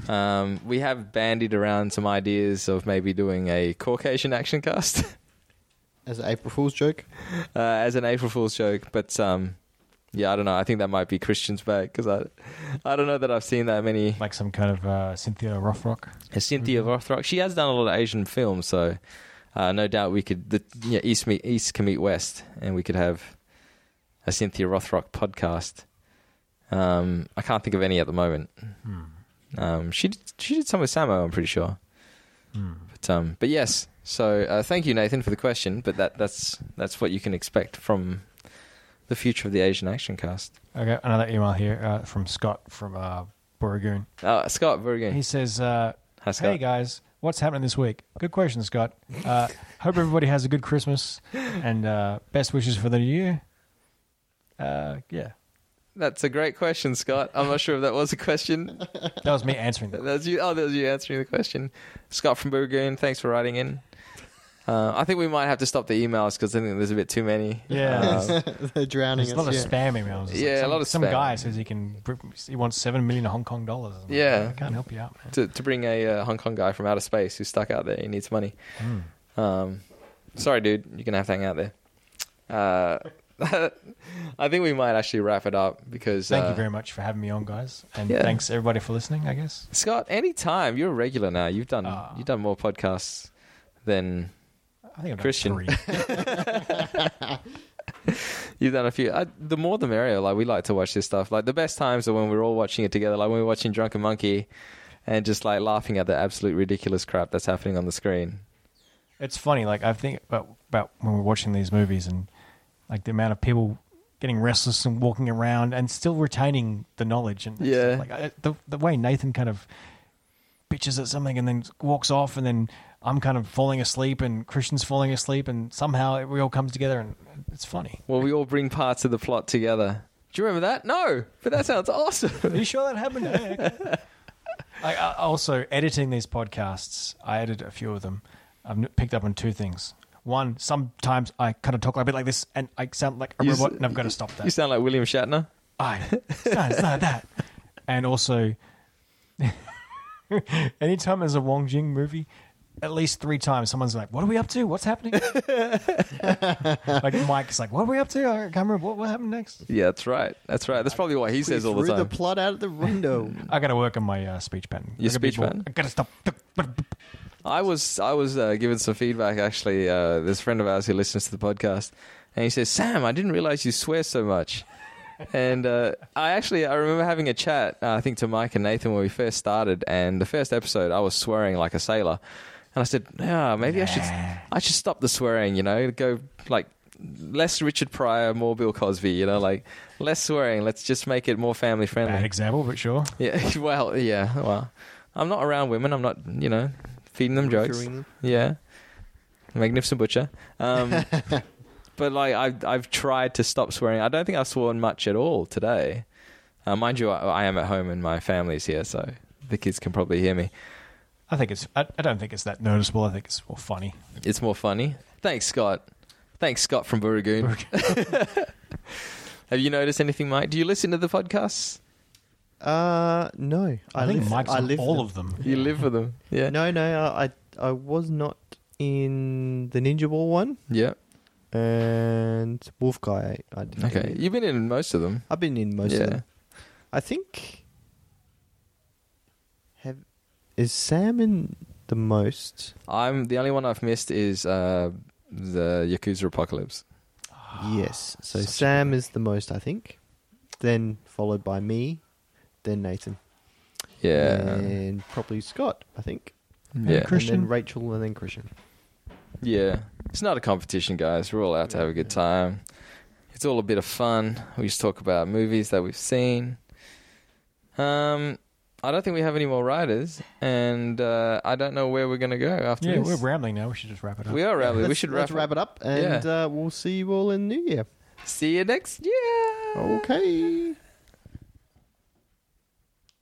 Um, we have bandied around some ideas of maybe doing a Caucasian action cast. As an April Fool's joke. uh, as an April Fool's joke. But um, yeah, I don't know. I think that might be Christian's bag because I, I don't know that I've seen that many. like some kind of uh, Cynthia Rothrock. Cynthia Rothrock, she has done a lot of Asian films, so uh, no doubt we could. The, yeah, East meet East can meet West, and we could have a Cynthia Rothrock podcast. Um, I can't think of any at the moment. Um, she did, she did some with Samo, I'm pretty sure. But um, but yes. So uh, thank you, Nathan, for the question. But that that's that's what you can expect from the future of the Asian Action Cast. Okay, another email here uh, from Scott from uh, Borragoon. Uh, Scott, very good. He says, uh, Hi, "Hey Scott. guys, what's happening this week? Good question, Scott. Uh, hope everybody has a good Christmas and uh, best wishes for the new year." Uh, yeah, That's a great question, Scott. I'm not sure if that was a question. that was me answering that. That's you. Oh, that was you answering the question. Scott from Burgoon, thanks for writing in. Uh, I think we might have to stop the emails because I think there's a bit too many. Yeah. Um, They're drowning There's a lot of us. Yeah. spam emails. It's Yeah, a some, lot of some spam. guy says he can he wants seven million Hong Kong dollars. I'm like, Yeah. I can't help you out, man. to, to bring a uh, Hong Kong guy from outer space who's stuck out there, he needs money. Hmm. Um, sorry, dude, you're gonna have to hang out there. Uh, I think we might actually wrap it up because Thank uh, you very much for having me on, guys, and yeah. thanks everybody for listening. I guess Scott. Anytime you're a regular now, you've done Ah. you've done more podcasts than I think I've done Christian. three. You've done a few. I, the more the merrier. Like we like to watch this stuff. Like the best times are when we're all watching it together. Like when we're watching Drunken Monkey, and just like laughing at the absolute ridiculous crap that's happening on the screen. It's funny, like I think about about when we're watching these movies and like the amount of people getting restless and walking around and still retaining the knowledge and it's Yeah. like I, the the way Nathan kind of bitches at something and then walks off and then I'm kind of falling asleep and Christian's falling asleep and somehow it all comes together and it's funny. Well, we all bring parts of the plot together. Do you remember that? No, but that sounds awesome. Are you sure that happened? Yeah, okay. I, I also editing these podcasts. I edit a few of them. I've n- picked up on two things. One, sometimes I kind of talk a bit like this, and I sound like a You s- robot, and I've got to stop You that. sound like William Shatner. I, it's not, it's not that. And also, anytime there's a Wong Jing movie, at least three times someone's like, "What are we up to? What's happening?" like Mike's like, "What are we up to? I can't remember what, what happened next." Yeah, that's right. That's right. That's probably what he says all threw the time. the plot out of the window. I got to work on my uh, speech pattern. Your I gotta be speech more- pattern? I got to stop. I was I was uh, given some feedback actually. Uh, this friend of ours who listens to the podcast, and he says, "Sam, I didn't realize you swear so much." and uh, I actually I remember having a chat uh, I think to Mike and Nathan when we first started, and the first episode I was swearing like a sailor. And I said, yeah, maybe I should, I should stop the swearing. You know, go like less Richard Pryor, more Bill Cosby. You know, like less swearing. Let's just make it more family Bad friendly. example, but sure. Yeah. Well, yeah. Well, I'm not around women. I'm not, you know, feeding them jokes. Reviewing them. Yeah. Magnificent butcher. Um, but like I've I've tried to stop swearing. I don't think I've sworn much at all today. Uh, mind you, I, I am at home and my family's here, so the kids can probably hear me. I think it's. I, I don't think it's that noticeable. I think it's more funny. It's more funny. Thanks, Scott. Thanks, Scott from Burragoon. Have you noticed anything, Mike? Do you listen to the podcasts? Uh, no. I, think live, Mike's I on live all them. of them. You live with them, yeah? No, no, I I was not in the Ninja Ball one Yeah. and Wolf Guy. I, I didn't Okay. do. You've been in most of them. I've been in most Yeah. of them. I think. Have is Sam in the most? I'm the only one I've missed is uh, the Yakuza Apocalypse. yes. Ah, So Sam is the most, I think. Then followed by me, then Nathan, Yeah. and probably Scott. I think. Yeah. And Christian. then Rachel, and then Christian. Yeah. It's not a competition, guys. We're all out to have a good time. It's all a bit of fun. We just talk about movies that we've seen. Um, I don't think we have any more riders, and uh, I don't know where we're going to go after Yeah, this. we're rambling now. We should just wrap it up. We are rambling. Oh, we Let's- should let's wrap, wrap it up, and uh, we'll see you all in the new year. See you next year. Okay.